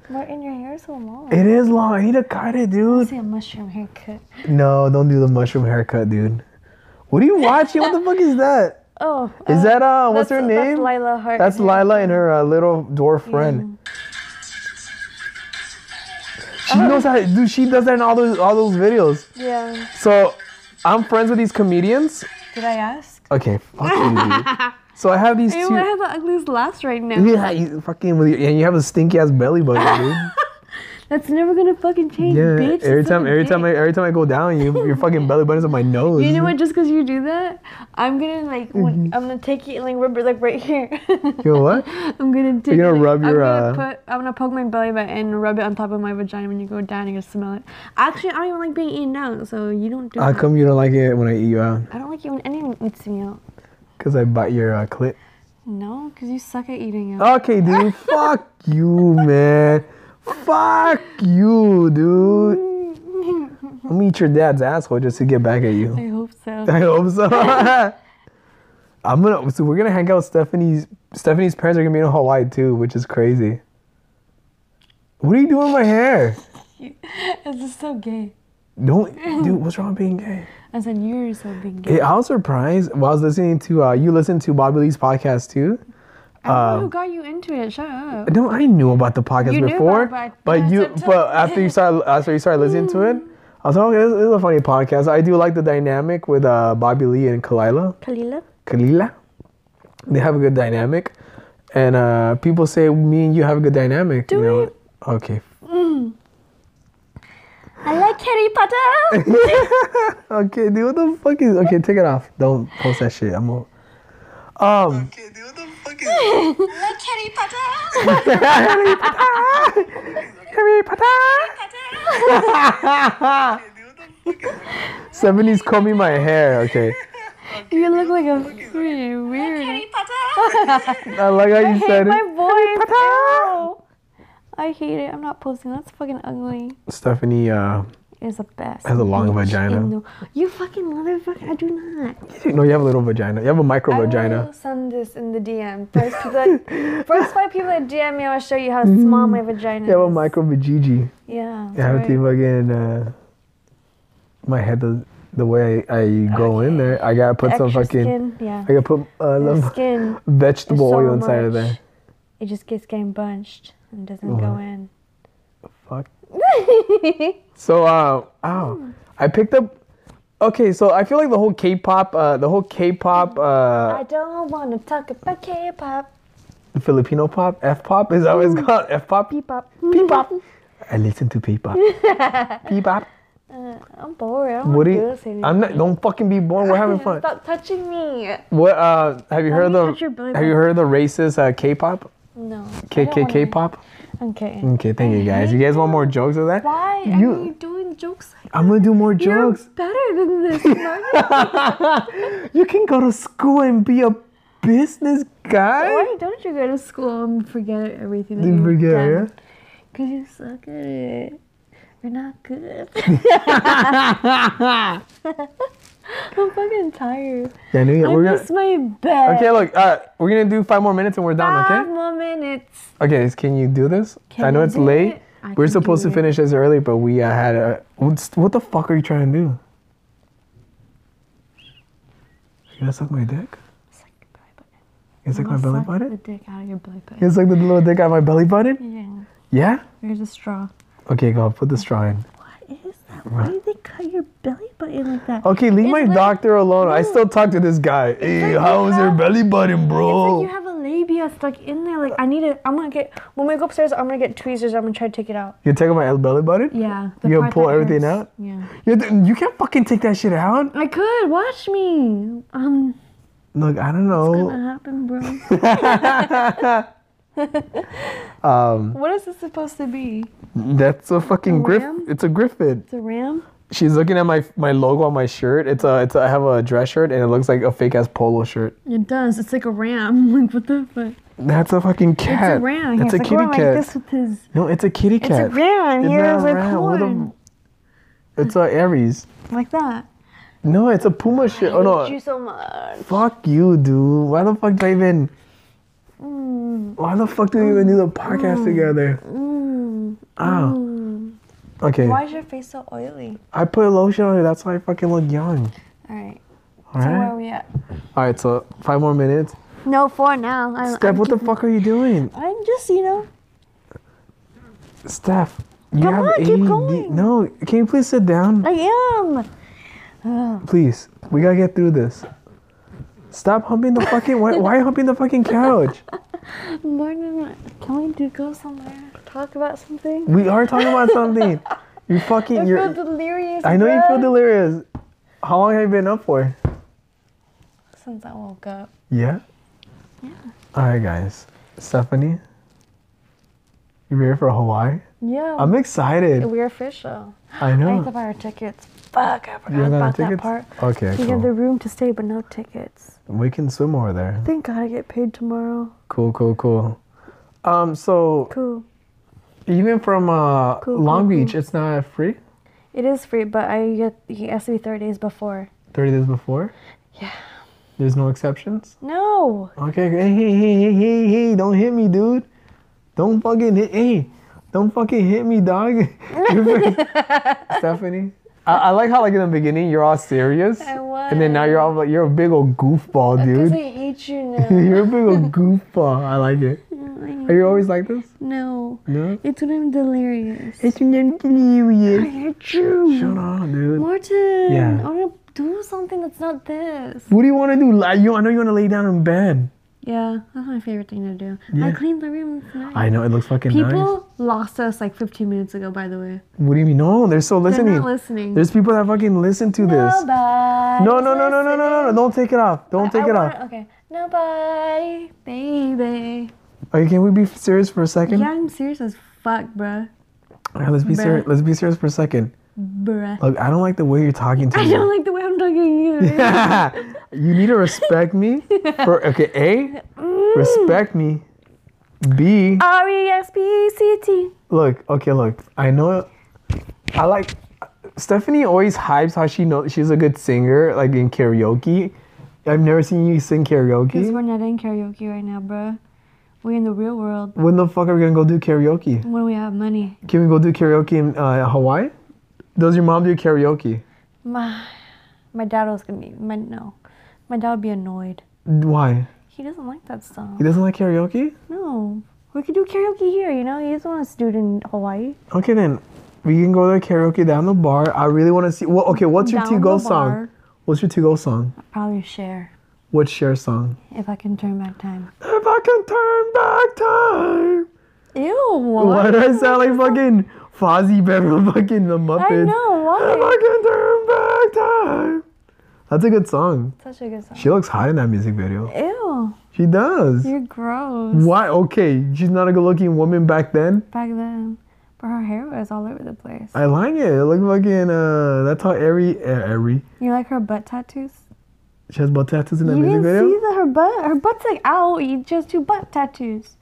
Speaker 3: Martin, your hair is so long.
Speaker 2: It is long. I need to cut it,
Speaker 3: I
Speaker 2: dude.
Speaker 3: see a mushroom haircut.
Speaker 2: No, don't do the mushroom haircut, dude. What are you watching? what the fuck is that?
Speaker 3: Oh.
Speaker 2: Is that uh? What's her
Speaker 3: that's-
Speaker 2: name?
Speaker 3: That's Lila Hart.
Speaker 2: That's Lila and her uh, little dwarf
Speaker 3: *laughs*
Speaker 2: friend. She knows how, dude. She does that in all those all those videos.
Speaker 3: Yeah.
Speaker 2: So, I'm friends with these comedians.
Speaker 3: Did I ask?
Speaker 2: Okay, fuck you, dude.
Speaker 3: *laughs*
Speaker 2: So I have these
Speaker 3: You might
Speaker 2: two.
Speaker 3: have the ugliest laughs right now.
Speaker 2: Yeah, you fucking with your, and you have a stinky ass belly button,
Speaker 3: *laughs*
Speaker 2: dude.
Speaker 3: That's never gonna fucking change,
Speaker 2: Yeah,
Speaker 3: bitch.
Speaker 2: every
Speaker 3: It's
Speaker 2: time,
Speaker 3: like a
Speaker 2: every time, I,
Speaker 3: dick.
Speaker 2: every time I go down, you your fucking belly button's on my nose.
Speaker 3: You know what? Just because you do that, I'm gonna like, when,
Speaker 2: Mm-hmm.
Speaker 3: I'm gonna take it and like rub it like right here.
Speaker 2: You know what?
Speaker 3: *laughs* I'm gonna take.
Speaker 2: gonna
Speaker 3: it, like,
Speaker 2: rub
Speaker 3: I'm
Speaker 2: your,
Speaker 3: Gonna
Speaker 2: uh,
Speaker 3: put, I'm gonna poke my belly button and rub it on top of my vagina when you go down. You're gonna smell it. Actually, I don't even like being eaten out, so you don't do.
Speaker 2: How
Speaker 3: that.
Speaker 2: Ah, come you don't like it when I eat you out?
Speaker 3: I don't like it when anyone eats me out.
Speaker 2: Cause I bite your uh, clit.
Speaker 3: No, because you suck at eating out.
Speaker 2: Okay,
Speaker 3: *laughs*
Speaker 2: dude. fuck you, man. Fuck you, dude.
Speaker 3: *laughs*
Speaker 2: I'm gonna eat your dad's asshole just to get back at you.
Speaker 3: I hope so.
Speaker 2: *laughs*
Speaker 3: *laughs*
Speaker 2: I hope so. I'm gonna. So we're gonna hang out. With Stephanie's Stephanie's parents are gonna be in Hawaii too, which is crazy. What are you doing with my hair?
Speaker 3: This is so gay.
Speaker 2: Don't, dude. What's wrong with being gay?
Speaker 3: I said you're so big gay.
Speaker 2: Hey, I was surprised. While I was listening to uh, you listen to Bobby Lee's podcast too. Uh,
Speaker 3: I don't know
Speaker 2: Um,
Speaker 3: who got you into it. Shut up.
Speaker 2: No, I knew about the podcast
Speaker 3: You knew
Speaker 2: before,
Speaker 3: about it,
Speaker 2: but
Speaker 3: but
Speaker 2: you,
Speaker 3: that's
Speaker 2: but
Speaker 3: okay.
Speaker 2: after you started, after you started listening to
Speaker 3: *laughs*
Speaker 2: it, I was like, okay, this, this is a funny podcast. I do like the dynamic with uh, Bobby Lee and Kalila.
Speaker 3: Kalila.
Speaker 2: Kalila, they have a good dynamic, and uh, people say me and you have a good dynamic.
Speaker 3: Do
Speaker 2: you know?
Speaker 3: we?
Speaker 2: Okay, *laughs*
Speaker 3: I like Harry Potter. *laughs*
Speaker 2: okay, dude, what the fuck is? Okay, take it off. Don't post that shit. I'm. All, um. Okay, dude, what the fuck is?
Speaker 1: Like Harry Potter.
Speaker 2: Harry Potter. Harry Potter. Seventies, call me my hair. Okay,
Speaker 3: you look like a freaking weird. *laughs*
Speaker 2: I like how
Speaker 3: I
Speaker 2: Oh, you
Speaker 3: hate
Speaker 2: said
Speaker 3: my
Speaker 2: it.
Speaker 3: voice.
Speaker 2: Ta-ta!
Speaker 3: Ew. I hate it. I'm not posting. That's fucking ugly.
Speaker 2: Stephanie, uh,
Speaker 3: is the best.
Speaker 2: Has a long
Speaker 3: Bitch
Speaker 2: vagina.
Speaker 3: in the- you fucking motherfucker! I do not.
Speaker 2: No, you have a little vagina. You have a micro
Speaker 3: I
Speaker 2: vagina.
Speaker 3: will send this in the DM. First, people
Speaker 2: *laughs*
Speaker 3: that, first five people that DM me, I'll show you
Speaker 2: Mm-hmm.
Speaker 3: how small my vagina
Speaker 2: You have a
Speaker 3: is.
Speaker 2: micro vajiji.
Speaker 3: Yeah.
Speaker 2: I have to
Speaker 3: sorry.
Speaker 2: fucking uh, my head the the way I, I go in there. I gotta put
Speaker 3: The
Speaker 2: some
Speaker 3: extra
Speaker 2: fucking.
Speaker 3: skin. Yeah.
Speaker 2: I gotta put uh,
Speaker 3: The
Speaker 2: some *laughs*
Speaker 3: skin. There's
Speaker 2: vegetable
Speaker 3: so
Speaker 2: oil inside of
Speaker 3: much.
Speaker 2: there. Oh.
Speaker 3: It just gets getting bunched and doesn't
Speaker 2: *laughs*
Speaker 3: go in.
Speaker 2: Fuck. so uh, ow, I picked up. Okay, so I feel like the whole K-pop, uh, the whole K-pop, uh,
Speaker 3: I don't want to talk about K-pop.
Speaker 2: Filipino pop, F-pop is always
Speaker 3: Mm.
Speaker 2: called F-pop. *laughs*
Speaker 3: P-pop.
Speaker 2: P-pop. I listen to
Speaker 3: *laughs*
Speaker 2: P-pop. P-pop.
Speaker 3: Uh, I'm bored. I don't
Speaker 2: What
Speaker 3: want
Speaker 2: do
Speaker 3: to do this
Speaker 2: you?
Speaker 3: anymore.
Speaker 2: I'm not. Don't fucking be bored. We're having
Speaker 3: *laughs*
Speaker 2: fun.
Speaker 3: Stop touching me.
Speaker 2: What? Uh, have you
Speaker 3: Let
Speaker 2: heard
Speaker 3: me
Speaker 2: the?
Speaker 3: touch your belly
Speaker 2: Have you
Speaker 3: button.
Speaker 2: heard the racist uh, K-pop?
Speaker 3: No. I
Speaker 2: K
Speaker 3: don't
Speaker 2: K
Speaker 3: wanna-
Speaker 2: K pop.
Speaker 3: Okay.
Speaker 2: Okay, thank you guys. You guys want more jokes of that?
Speaker 3: Why are
Speaker 2: You-
Speaker 3: you doing jokes like
Speaker 2: I'm gonna do more jokes. *laughs*
Speaker 3: You're better than this, Mark.
Speaker 2: You can go to school and be a business guy.
Speaker 3: Why don't you go to school and forget everything that
Speaker 2: You
Speaker 3: you've
Speaker 2: forget,
Speaker 3: done?
Speaker 2: yeah?
Speaker 3: Because you suck at it. You're not
Speaker 2: *laughs*
Speaker 3: good. *laughs* I'm fucking tired.
Speaker 2: Yeah, I knew you-
Speaker 3: I
Speaker 2: we're
Speaker 3: miss
Speaker 2: gonna.
Speaker 3: my bed.
Speaker 2: Okay, look, uh, we're gonna do five more minutes and we're done.
Speaker 3: Five
Speaker 2: Okay.
Speaker 3: more minutes.
Speaker 2: Okay, so can you do this?
Speaker 3: Um, Can
Speaker 2: I know
Speaker 3: I
Speaker 2: it's
Speaker 3: do
Speaker 2: late.
Speaker 3: it? I
Speaker 2: We're
Speaker 3: can do
Speaker 2: supposed to
Speaker 3: it.
Speaker 2: finish this early, but we uh, had a. What's, what the fuck are you trying to do? You gonna suck my dick?
Speaker 3: Suck your belly button.
Speaker 2: You gonna suck my
Speaker 3: I'll
Speaker 2: belly
Speaker 3: suck
Speaker 2: button?
Speaker 3: The dick out of your belly
Speaker 2: You
Speaker 3: button.
Speaker 2: gonna suck the little dick out of my belly button?
Speaker 3: Yeah.
Speaker 2: Yeah.
Speaker 3: There's a straw.
Speaker 2: Okay, go put the straw in.
Speaker 3: What is that? Why do they cut your belly button like that?
Speaker 2: Okay, leave
Speaker 3: It's
Speaker 2: my
Speaker 3: like-
Speaker 2: doctor alone. I
Speaker 3: No.
Speaker 2: still talk to this guy. Hey,
Speaker 3: like you
Speaker 2: how's your
Speaker 3: have-
Speaker 2: belly button,
Speaker 3: It's
Speaker 2: bro?
Speaker 3: like you have a labia stuck in there. Like I need to. I'm gonna get. When we go upstairs, I'm gonna get tweezers. I'm gonna try to take it out.
Speaker 2: You're taking my belly button?
Speaker 3: Yeah.
Speaker 2: You gonna pull everything out?
Speaker 3: Yeah.
Speaker 2: You, th- you can't fucking take that shit out.
Speaker 3: I could watch me. Um,
Speaker 2: Look, I don't
Speaker 3: it's
Speaker 2: know.
Speaker 3: gonna happen, bro.
Speaker 2: *laughs* Um,
Speaker 3: what is this supposed to be?
Speaker 2: that's a fucking
Speaker 3: A
Speaker 2: griff.
Speaker 3: ram?
Speaker 2: It's a griffin.
Speaker 3: It's a ram.
Speaker 2: She's looking at my my logo on my shirt. It's a it's a, I have a dress shirt and it looks like a fake ass polo shirt.
Speaker 3: It does. It's like a ram. *laughs* Like what the fuck?
Speaker 2: That's a fucking cat.
Speaker 3: It's a ram.
Speaker 2: It's
Speaker 3: He's
Speaker 2: a
Speaker 3: like,
Speaker 2: kitty
Speaker 3: going
Speaker 2: cat.
Speaker 3: Like this with his.
Speaker 2: No, it's a kitty cat.
Speaker 3: It's a ram.
Speaker 2: It's
Speaker 3: Here
Speaker 2: not a
Speaker 3: with
Speaker 2: ram. What the-
Speaker 3: horn.
Speaker 2: It's a Aries.
Speaker 3: Like that.
Speaker 2: No, it's a puma shit. Oh no.
Speaker 3: Thank you so much.
Speaker 2: Fuck you, dude. Why the fuck do I even? Why the fuck do we even do the podcast together?
Speaker 3: Mm.
Speaker 2: Oh. Okay.
Speaker 3: Why is your face so oily?
Speaker 2: I put lotion on it. That's why I fucking look young.
Speaker 3: All right.
Speaker 2: All
Speaker 3: So where
Speaker 2: right.
Speaker 3: are we Uh, at?
Speaker 2: All right. So five more minutes.
Speaker 3: No, four now. I,
Speaker 2: Steph, what the fuck are you doing?
Speaker 3: I'm just, you know.
Speaker 2: Steph, you
Speaker 3: Come
Speaker 2: have
Speaker 3: on, keep
Speaker 2: ADD.
Speaker 3: going.
Speaker 2: No, can you please sit down?
Speaker 3: I am. Ugh.
Speaker 2: Please. We gotta get through this. Stop humping the fucking. Why, why humping the fucking couch?
Speaker 3: Morning. Can we do go somewhere? Talk about something?
Speaker 2: We are talking about something. You fucking.
Speaker 3: I
Speaker 2: you're,
Speaker 3: feel delirious.
Speaker 2: I know you feel
Speaker 3: bruh.
Speaker 2: delirious. How long have you been up for?
Speaker 3: Since I woke up.
Speaker 2: Yeah? All right, guys. Stephanie, you ready for Hawaii?
Speaker 3: Yeah.
Speaker 2: I'm excited.
Speaker 3: we're official.
Speaker 2: I
Speaker 3: I have to
Speaker 2: know.
Speaker 3: buy our tickets. Fuck, I
Speaker 2: You
Speaker 3: forgot about that
Speaker 2: tickets?
Speaker 3: part.
Speaker 2: Okay,
Speaker 3: We
Speaker 2: cool.
Speaker 3: have the room to stay, but no tickets.
Speaker 2: we can swim over there.
Speaker 3: Thank God I get paid tomorrow.
Speaker 2: Cool, cool, cool. Um, so
Speaker 3: Cool.
Speaker 2: even from uh,
Speaker 3: Cool,
Speaker 2: Long
Speaker 3: cool,
Speaker 2: Beach, it's not free.
Speaker 3: It is free, but I get it has to be 30 days before.
Speaker 2: Thirty days before.
Speaker 3: Yeah.
Speaker 2: There's no exceptions.
Speaker 3: No.
Speaker 2: Okay. Hey, hey, hey, hey, hey, hey! Don't hit me, dude. Don't fucking hit. Hey, don't fucking hit me, dog. *laughs*
Speaker 3: *laughs*
Speaker 2: Stephanie, I, I like how like in the beginning you're all serious,
Speaker 3: I
Speaker 2: and then now you're all like you're a big old goofball, *laughs*
Speaker 3: Because
Speaker 2: dude.
Speaker 3: I hate
Speaker 2: *laughs*
Speaker 3: you now.
Speaker 2: you're a big old goofball. I like it. Are you always like this?
Speaker 3: no.
Speaker 2: No.
Speaker 3: It's when I'm delirious.
Speaker 2: It's
Speaker 3: I
Speaker 2: serious.
Speaker 3: hate you.
Speaker 2: Shut up, dude.
Speaker 3: Martin,
Speaker 2: Yeah.
Speaker 3: I want to do something that's not this.
Speaker 2: What do you want to do? Like, you, I know you want to lay down in bed.
Speaker 3: Yeah, that's my favorite thing to do.
Speaker 2: Yeah.
Speaker 3: I cleaned the room. It's nice.
Speaker 2: I know it looks fucking nice.
Speaker 3: People lost us like 15 minutes ago, by the way.
Speaker 2: What do you mean? No, they're still
Speaker 3: They're
Speaker 2: listening.
Speaker 3: not listening.
Speaker 2: There's people that fucking listen to this.
Speaker 3: Nobody.
Speaker 2: No, no, no, no, no, no, no, no! Don't take it off. Don't take it off.
Speaker 3: Okay. Nobody, baby.
Speaker 2: Okay, can we be serious for a second?
Speaker 3: Yeah, I'm serious as fuck, bruh.
Speaker 2: All right, let's be
Speaker 3: Bruh.
Speaker 2: serious. Let's be serious for a second.
Speaker 3: Bruh.
Speaker 2: Look, I don't like the way you're talking to
Speaker 3: *laughs* I
Speaker 2: me.
Speaker 3: don't like the way I'm
Speaker 2: *laughs*
Speaker 3: talking either.
Speaker 2: you need to respect me. For okay, a respect me. B
Speaker 3: Mm. R E S P E C T.
Speaker 2: look. Okay, look. I know. I like. Stephanie always hypes how she knows she's a good singer, like in karaoke. I've never seen you sing
Speaker 3: Because we're
Speaker 2: karaoke.
Speaker 3: not in karaoke right now, bruh. We're in the real world
Speaker 2: When the fuck are we gonna go do karaoke?
Speaker 3: when we have money.
Speaker 2: Can we go do karaoke in uh, Hawaii? Does your mom do karaoke?
Speaker 3: My, my dad was gonna be my no, my dad would be annoyed.
Speaker 2: Why?
Speaker 3: He doesn't like that
Speaker 2: He
Speaker 3: *laughs* song.
Speaker 2: doesn't like karaoke?
Speaker 3: No, we could do karaoke here. You know, he doesn't want us to do it in Hawaii.
Speaker 2: Okay then, we can go to karaoke down the bar. I really want to see. Well, okay, what's your
Speaker 3: Down
Speaker 2: to go
Speaker 3: the
Speaker 2: song?
Speaker 3: bar.
Speaker 2: What's your to go song?
Speaker 3: Probably share
Speaker 2: What's your song?
Speaker 3: if I can turn back time.
Speaker 2: If I can turn back time.
Speaker 3: Ew.
Speaker 2: Why do I sound like fucking Fozzie Bear from fucking the Muppets?
Speaker 3: I know *laughs*
Speaker 2: If
Speaker 3: why.
Speaker 2: I can turn back time. That's a good song.
Speaker 3: Such a good song.
Speaker 2: She looks hot in that music video.
Speaker 3: Ew.
Speaker 2: She does.
Speaker 3: You're gross.
Speaker 2: Why? Okay, she's not a good-looking woman back then.
Speaker 3: Back then, but her hair was all over the place.
Speaker 2: I like it. It looked fucking. Uh, that's how airy, uh, airy.
Speaker 3: You like her butt tattoos?
Speaker 2: She has butt tattoos in that
Speaker 3: you
Speaker 2: music
Speaker 3: didn't
Speaker 2: video.
Speaker 3: see the, her butt. Her butt's like out. You just do butt tattoos.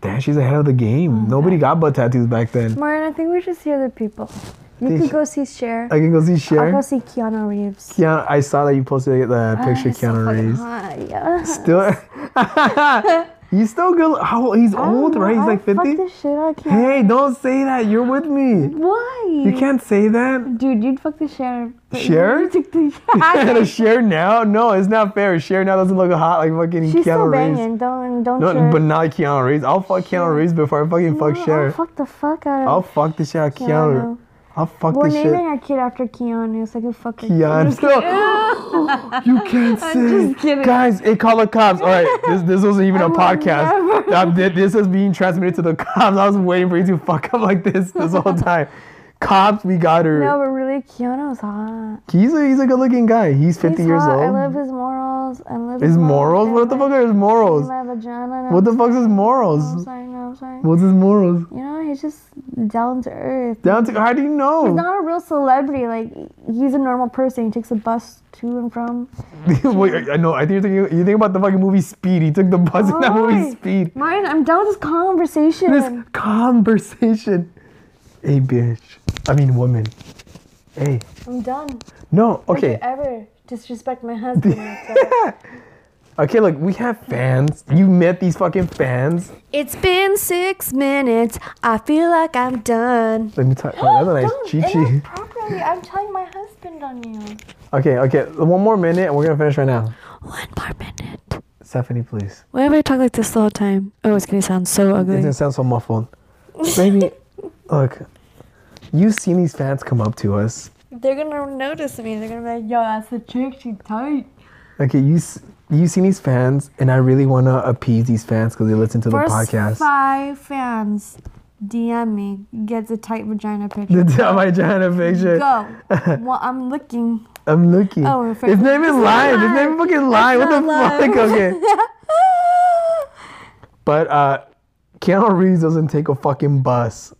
Speaker 2: Damn, she's ahead of the
Speaker 3: Oh
Speaker 2: game. Nobody got butt tattoos back then.
Speaker 3: Marin, I think we should see other people. You
Speaker 2: Think
Speaker 3: could
Speaker 2: sh-
Speaker 3: go see Cher.
Speaker 2: I can go see
Speaker 3: I'll go
Speaker 2: Cher.
Speaker 3: see Keanu Reeves.
Speaker 2: Keanu, I saw that you posted the picture
Speaker 3: Ah,
Speaker 2: of
Speaker 3: he's so
Speaker 2: Keanu
Speaker 3: fucking
Speaker 2: Reeves.
Speaker 3: hot, yeah. *laughs*
Speaker 2: Still, he's still good. How he's
Speaker 3: I don't
Speaker 2: old,
Speaker 3: know,
Speaker 2: right? He's
Speaker 3: I
Speaker 2: like
Speaker 3: fucked
Speaker 2: fifty.
Speaker 3: the shit out of Keanu.
Speaker 2: Hey, don't say that. You're with me.
Speaker 3: Why?
Speaker 2: You can't say that.
Speaker 3: Dude, you'd fuck the shit out of but you
Speaker 2: Cher?
Speaker 3: *laughs* took
Speaker 2: *laughs*
Speaker 3: the-
Speaker 2: to share now? No, it's not fair. Share now doesn't look hot like fucking
Speaker 3: She's still
Speaker 2: Keanu Reeves.
Speaker 3: banging. Don't don't.
Speaker 2: No,
Speaker 3: Cher.
Speaker 2: but not Keanu Reeves. I'll fuck Keanu Reeves before I fucking fuck
Speaker 3: No, I'll
Speaker 2: Cher.
Speaker 3: fuck the fuck out of
Speaker 2: I'll fuck the shit out of Keanu.
Speaker 3: Keanu.
Speaker 2: I'll fuck
Speaker 3: We're
Speaker 2: the
Speaker 3: naming
Speaker 2: shit.
Speaker 3: our kid after Keanu, so I can fuck her. *laughs*
Speaker 2: Keanu. *laughs* Still, you can't say.
Speaker 3: just kidding.
Speaker 2: Guys, it called the cops. All right, this this wasn't even a
Speaker 3: would
Speaker 2: podcast.
Speaker 3: never.
Speaker 2: Um, thi- this was being transmitted to the cops. I was waiting for you to fuck up like this *laughs* this whole time. Cops, we got her.
Speaker 3: No, but really, Keanu's hot.
Speaker 2: He's a he's a good looking guy. He's fifty
Speaker 3: He's
Speaker 2: years
Speaker 3: hot. I
Speaker 2: old.
Speaker 3: love his morals. I love
Speaker 2: his morals? What the fuck are his morals?
Speaker 3: My vagina.
Speaker 2: What the fuck's his
Speaker 3: I'm
Speaker 2: morals?
Speaker 3: sorry. No, I'm sorry.
Speaker 2: What's his morals?
Speaker 3: You know, he's just down to earth.
Speaker 2: Down to how do you
Speaker 3: He's
Speaker 2: know?
Speaker 3: not a real celebrity. Like he's a normal person. He takes a bus to
Speaker 2: *laughs*
Speaker 3: and from.
Speaker 2: Wait, I know. I think you're thinking, you think about the fucking movie Speed. He took the bus in that movie
Speaker 3: Why?
Speaker 2: Speed.
Speaker 3: Martin, I'm done with this conversation.
Speaker 2: This conversation. Hey, bitch. I mean, woman. Hey.
Speaker 3: I'm done.
Speaker 2: No.
Speaker 3: Don't you
Speaker 2: Okay.
Speaker 3: ever disrespect my
Speaker 2: *laughs*
Speaker 3: husband. like that.
Speaker 2: Okay. Look, we have fans. You met these fucking fans.
Speaker 3: it's been six minutes. I feel like I'm done.
Speaker 2: Let me talk. Oh, that's a nice
Speaker 3: *gasps* Don't
Speaker 2: chichi.
Speaker 3: interrupt properly. I'm telling my husband on you.
Speaker 2: Okay. Okay. One more minute, and we're gonna finish right now.
Speaker 3: One more minute.
Speaker 2: Stephanie, please.
Speaker 3: Whenever I talk like this the whole time, oh, it's gonna sound so
Speaker 2: It
Speaker 3: ugly.
Speaker 2: doesn't sound so muffled.
Speaker 3: *laughs*
Speaker 2: Maybe, look, you've seen these fans come up to us.
Speaker 3: They're gonna notice me. They're gonna be like, yo, that's the chick. She tight.
Speaker 2: Okay, you s- you've seen these fans, and I really want to appease these fans because they listen to
Speaker 3: First
Speaker 2: the podcast. *laughs*
Speaker 3: five fans DM me gets a tight vagina
Speaker 2: *laughs*
Speaker 3: picture.
Speaker 2: the top my vagina picture.
Speaker 3: Go. well,
Speaker 2: *laughs*
Speaker 3: I'm looking.
Speaker 2: I'm looking.
Speaker 3: Oh, we're
Speaker 2: His name is Lion. His name is fucking Lion. What the
Speaker 3: not
Speaker 2: fuck?
Speaker 3: live.
Speaker 2: Okay. But uh, Keanu Reeves doesn't take a fucking bus.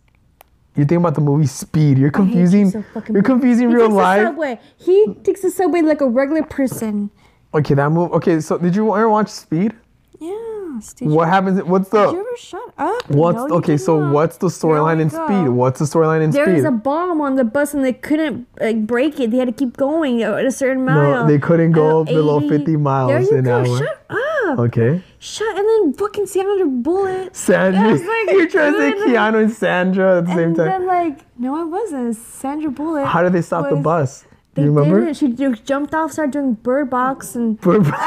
Speaker 2: You're thinking about the movie Speed. You're confusing.
Speaker 3: so fucking
Speaker 2: You are confusing
Speaker 3: he
Speaker 2: real
Speaker 3: takes The
Speaker 2: life.
Speaker 3: subway. He takes the subway like a regular person.
Speaker 2: Okay, that move. Okay, so did you ever watch Speed?
Speaker 3: Yes. Did
Speaker 2: What happens? What's the?
Speaker 3: you ever shut up?
Speaker 2: What's
Speaker 3: No, you
Speaker 2: okay?
Speaker 3: did
Speaker 2: So
Speaker 3: not.
Speaker 2: what's the storyline
Speaker 3: we
Speaker 2: in
Speaker 3: go.
Speaker 2: Speed? What's the storyline in
Speaker 3: There
Speaker 2: Speed?
Speaker 3: was a bomb on the bus and they couldn't like break it. They had to keep going at a certain mile.
Speaker 2: they couldn't go
Speaker 3: At
Speaker 2: below 50 miles
Speaker 3: there you
Speaker 2: an
Speaker 3: go.
Speaker 2: hour.
Speaker 3: Shut up. *laughs*
Speaker 2: okay.
Speaker 3: Shut and then fucking see another bullet.
Speaker 2: Sandra,
Speaker 3: was like,
Speaker 2: you're trying to say
Speaker 3: good.
Speaker 2: Keanu and Sandra at the same
Speaker 3: and
Speaker 2: time.
Speaker 3: then like no, it wasn't. Sandra Bullet.
Speaker 2: How did they stop the
Speaker 3: was-
Speaker 2: bus? Do
Speaker 3: They
Speaker 2: you remember?
Speaker 3: didn't. She ju- jumped off, started doing bird box, and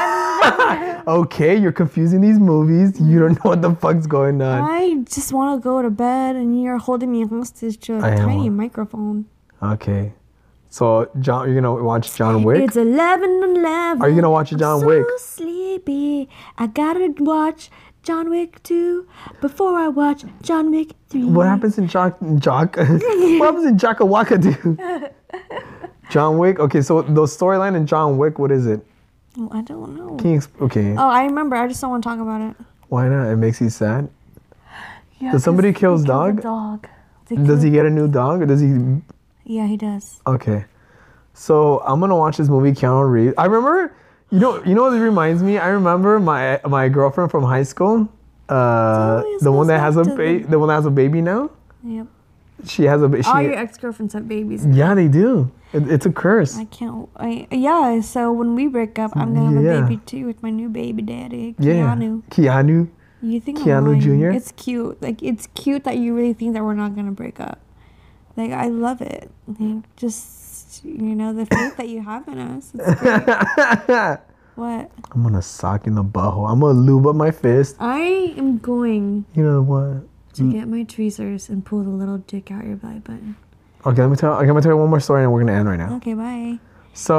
Speaker 2: *laughs* okay, you're confusing these movies. You don't know what the fuck's going on.
Speaker 3: I just want to go to bed, and you're holding me hostage to a
Speaker 2: I know.
Speaker 3: tiny microphone.
Speaker 2: Okay, so John, you're gonna watch John Wick.
Speaker 3: It's 11 11.
Speaker 2: Are you gonna watch John
Speaker 3: I'm
Speaker 2: Wick?
Speaker 3: so sleepy. I gotta watch John Wick 2 before I watch John Wick 3.
Speaker 2: What happens in Jock Jock? *laughs* what happens in Jockawaka do? John Wick. Okay, so the storyline in John Wick, what is it?
Speaker 3: Oh, I don't know.
Speaker 2: Can you exp- okay,
Speaker 3: Oh, I remember. I just don't want to talk about it.
Speaker 2: why not? It makes you sad.
Speaker 3: Yeah,
Speaker 2: Does somebody
Speaker 3: 'cause
Speaker 2: kill his
Speaker 3: they killed
Speaker 2: dog?
Speaker 3: the dog. They
Speaker 2: Does
Speaker 3: killed-
Speaker 2: he get a new dog or does he?
Speaker 3: Yeah, he does.
Speaker 2: Okay, so I'm gonna watch this movie Keanu Reeves. I remember, you know, you know what it reminds me. I remember my my girlfriend from high school, uh,
Speaker 3: always
Speaker 2: the one
Speaker 3: goes
Speaker 2: that has a
Speaker 3: back to
Speaker 2: ba- the one that has a baby now.
Speaker 3: Yep.
Speaker 2: she has a. ba- She, Mm.
Speaker 3: All your ex girlfriends have babies.
Speaker 2: yeah, they do. It, it's a curse.
Speaker 3: I can't. I, yeah, so when we break up, I'm gonna have
Speaker 2: Yeah.
Speaker 3: a baby too with my new baby daddy,
Speaker 2: yeah,
Speaker 3: Keanu.
Speaker 2: Keanu.
Speaker 3: You think I'm
Speaker 2: Keanu
Speaker 3: lying.
Speaker 2: Jr.?
Speaker 3: It's cute. Like it's cute that you really think that we're not gonna break up. Like I love it. Like just you know the faith that you have in us.
Speaker 2: *laughs*
Speaker 3: It's great. what
Speaker 2: I'm gonna sock in the butthole. I'm gonna lube up my fist.
Speaker 3: I am going
Speaker 2: You know what?
Speaker 3: to get my tweezers and pull the little dick out your belly button.
Speaker 2: Okay, let me tell. I'm gonna tell you one more story, and we're gonna end right now.
Speaker 3: Okay, bye.
Speaker 2: So,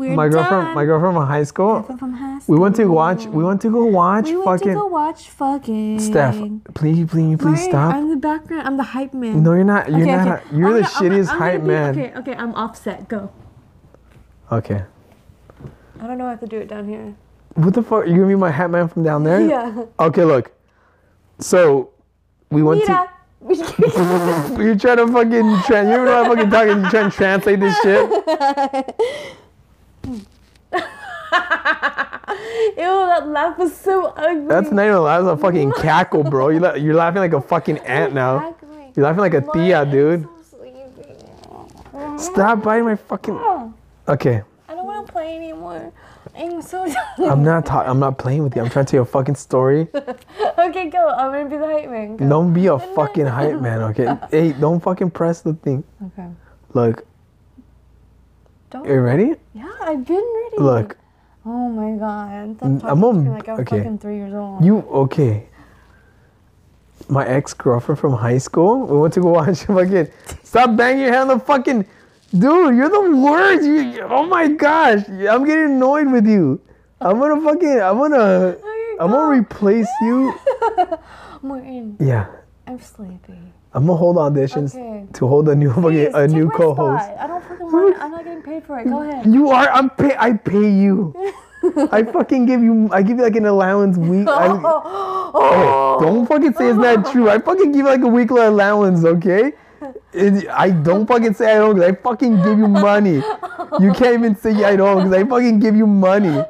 Speaker 3: We're
Speaker 2: Oh. my
Speaker 3: done.
Speaker 2: girlfriend, my girlfriend from high school.
Speaker 3: From- from high
Speaker 2: We went to watch.
Speaker 3: school.
Speaker 2: We went to go watch
Speaker 3: We went
Speaker 2: fucking
Speaker 3: to go watch fucking
Speaker 2: Steph. Please, please, please
Speaker 3: Right,
Speaker 2: stop.
Speaker 3: I'm the background. I'm the hype man.
Speaker 2: no, you're not. You're
Speaker 3: Okay,
Speaker 2: not.
Speaker 3: okay.
Speaker 2: You're
Speaker 3: I'm
Speaker 2: the
Speaker 3: gonna- I'm gonna-
Speaker 2: shittiest
Speaker 3: I'm gonna
Speaker 2: hype
Speaker 3: be-
Speaker 2: man.
Speaker 3: Okay, okay, I'm offset. Go.
Speaker 2: okay.
Speaker 3: I don't know how to do it down here.
Speaker 2: What the fuck? You gonna be my hat man from down there?
Speaker 3: Yeah.
Speaker 2: Okay, look. So we went
Speaker 3: Mira. *laughs*
Speaker 2: to. *laughs* You're trying to fucking. Tra- you don't know what I'm fucking talking. You're trying to translate this shit.
Speaker 3: *laughs* Ew, that laugh was so ugly.
Speaker 2: That's not even. That was a fucking cackle, bro. You la- you're laughing like a fucking ant now.
Speaker 3: ugly.
Speaker 2: You're laughing like a tia, dude.
Speaker 3: So sleepy. Oh,
Speaker 2: Stop biting my fucking. Okay,
Speaker 3: I don't want to play anymore. I'm so *laughs*
Speaker 2: I'm not. Ta- I'm not playing with you. I'm trying to tell you a fucking story.
Speaker 3: okay, go. I'm gonna be the hype man. Go.
Speaker 2: Don't be a fucking
Speaker 3: *laughs*
Speaker 2: hype man, okay? hey, don't fucking press the thing.
Speaker 3: Okay.
Speaker 2: Look.
Speaker 3: Don't-
Speaker 2: You ready?
Speaker 3: Yeah, I've been ready.
Speaker 2: Er. Look.
Speaker 3: Oh my god.
Speaker 2: Mm,
Speaker 3: That
Speaker 2: I'm
Speaker 3: I'm
Speaker 2: on-
Speaker 3: like I'm
Speaker 2: okay.
Speaker 3: fucking three years old.
Speaker 2: You okay? My ex girlfriend from high school. We went to go *laughs* watch fucking. Stop banging your head on the fucking. Dude, you're the worst. You. Oh my gosh. I'm getting annoyed with you. I'm gonna fucking. I'm gonna.
Speaker 3: Oh, you're
Speaker 2: I'm gonna
Speaker 3: gone.
Speaker 2: replace
Speaker 3: *laughs*
Speaker 2: you.
Speaker 3: Martin,
Speaker 2: Yeah.
Speaker 3: I'm sleepy.
Speaker 2: I'm gonna hold auditions
Speaker 3: Okay.
Speaker 2: to hold a new fucking
Speaker 3: Please,
Speaker 2: a
Speaker 3: take
Speaker 2: new
Speaker 3: my
Speaker 2: co-host.
Speaker 3: spot. I don't fucking want it. I'm not getting paid for it. Go ahead.
Speaker 2: You are. I'm pay. I pay you. *laughs*
Speaker 3: *laughs*
Speaker 2: I fucking give you. I give you like an allowance week. I,
Speaker 3: oh,
Speaker 2: don't fucking say it's not true. I fucking give you like a weekly allowance. Okay. It- I don't fucking say I don't. 'cause I fucking give you money. You can't even say I don't because I fucking give you money.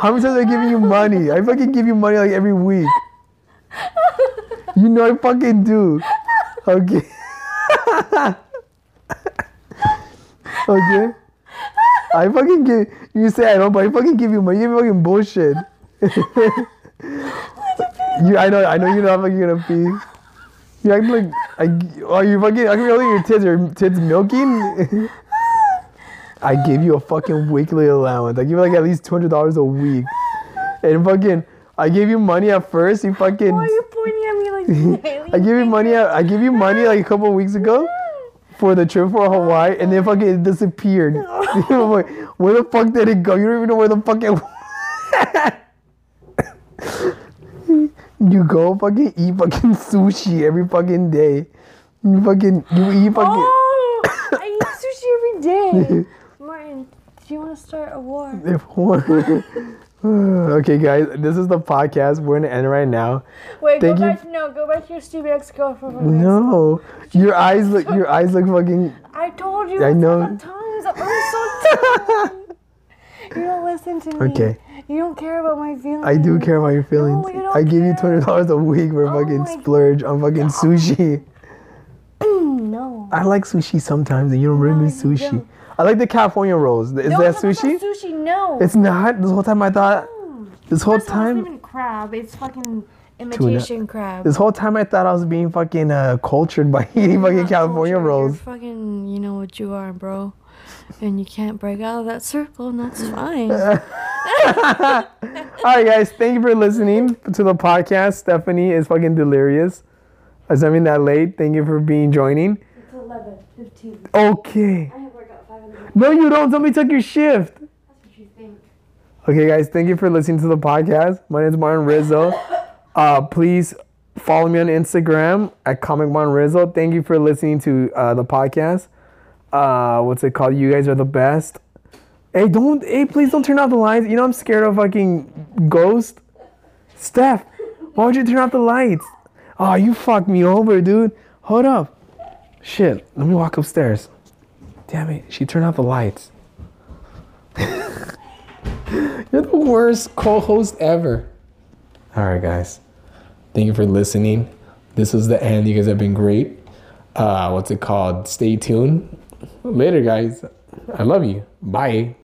Speaker 2: How many times I giving you money? I fucking give you money like every week. You know I fucking do. Okay. okay. I fucking give you say I don't, but I fucking give you money. You fucking bullshit. you, I know, I know you're not fucking gonna pee. You act like, I, are you fucking? I can feel like your tits are tits milking. I give you a fucking weekly allowance. I give you like at least two hundred dollars a week, and fucking, I gave you money at first. You fucking.
Speaker 3: Why are you pointing at me like
Speaker 2: *laughs* I give you money. I give you money like a couple weeks ago for the trip for Hawaii, and then fucking it disappeared. I'm like, where the fuck did it go? You don't even know where the fuck it. *laughs* you go fucking eat fucking sushi every fucking day. You fucking you eat fucking.
Speaker 3: Oh, I eat sushi every day. Martin, do you want to start a war?
Speaker 2: *laughs* If one. *sighs* okay, guys, this is the podcast. We're gonna end right now.
Speaker 3: Wait,
Speaker 2: Thank
Speaker 3: go
Speaker 2: you.
Speaker 3: back. No, go back to your stupid ex-girlfriend.
Speaker 2: No, your eyes look. Your eys look fucking.
Speaker 3: I told you.
Speaker 2: I
Speaker 3: a
Speaker 2: know.
Speaker 3: thousand Times. I'm so tired.
Speaker 2: *laughs*
Speaker 3: You don't listen to me.
Speaker 2: Okay.
Speaker 3: You don't care about my feelings.
Speaker 2: I do care about your feelings.
Speaker 3: you don't
Speaker 2: I give you two
Speaker 3: care.
Speaker 2: hundred dollars a week for
Speaker 3: Oh
Speaker 2: fucking
Speaker 3: my God.
Speaker 2: splurge on fucking sushi.
Speaker 3: no.
Speaker 2: I like sushi sometimes, and you don't bring me
Speaker 3: you
Speaker 2: sushi.
Speaker 3: don't.
Speaker 2: I like the California rolls. Is
Speaker 3: No,
Speaker 2: that
Speaker 3: it's not about
Speaker 2: sushi?
Speaker 3: Sushi, no.
Speaker 2: It's not. This whole time I thought. This whole
Speaker 3: It's not
Speaker 2: time.
Speaker 3: even crab. It's fucking imitation crab.
Speaker 2: This whole time I thought I was being fucking uh, cultured by *laughs* eating
Speaker 3: You're
Speaker 2: fucking
Speaker 3: not
Speaker 2: California
Speaker 3: cultured,
Speaker 2: rolls.
Speaker 3: You're fucking, you know what you are, bro. And you can't break out of that circle, and that's fine.
Speaker 2: *laughs* All right, guys. Thank you for listening to the podcast. Stephanie is fucking delirious. As I mean that late. Thank you for being joining.
Speaker 3: it's 11, 15.
Speaker 2: Okay.
Speaker 3: I work out 5 in the morning.
Speaker 2: No, you don't. Somebody took your shift.
Speaker 3: That's what you think.
Speaker 2: Okay, guys, thank you for listening to the podcast. My name is Martin Rizzo. Uh, please follow me on Instagram at Comic Martin Rizzo. Thank you for listening to uh, the podcast. Uh, what's it called? You guys are the best. Hey, don't. Hey, please don't turn off the lights. You know I'm scared of fucking ghost. Steph, why would you turn off the lights? Oh, you fucked me over, dude. Hold up. Shit, let me walk upstairs. Damn it, she turned off the lights. *laughs* You're the worst co host ever. All right, guys. Thank you for listening. This is the end. You guys have been great. uh, what's it called? Stay tuned. Later, guys. I love you. Bye.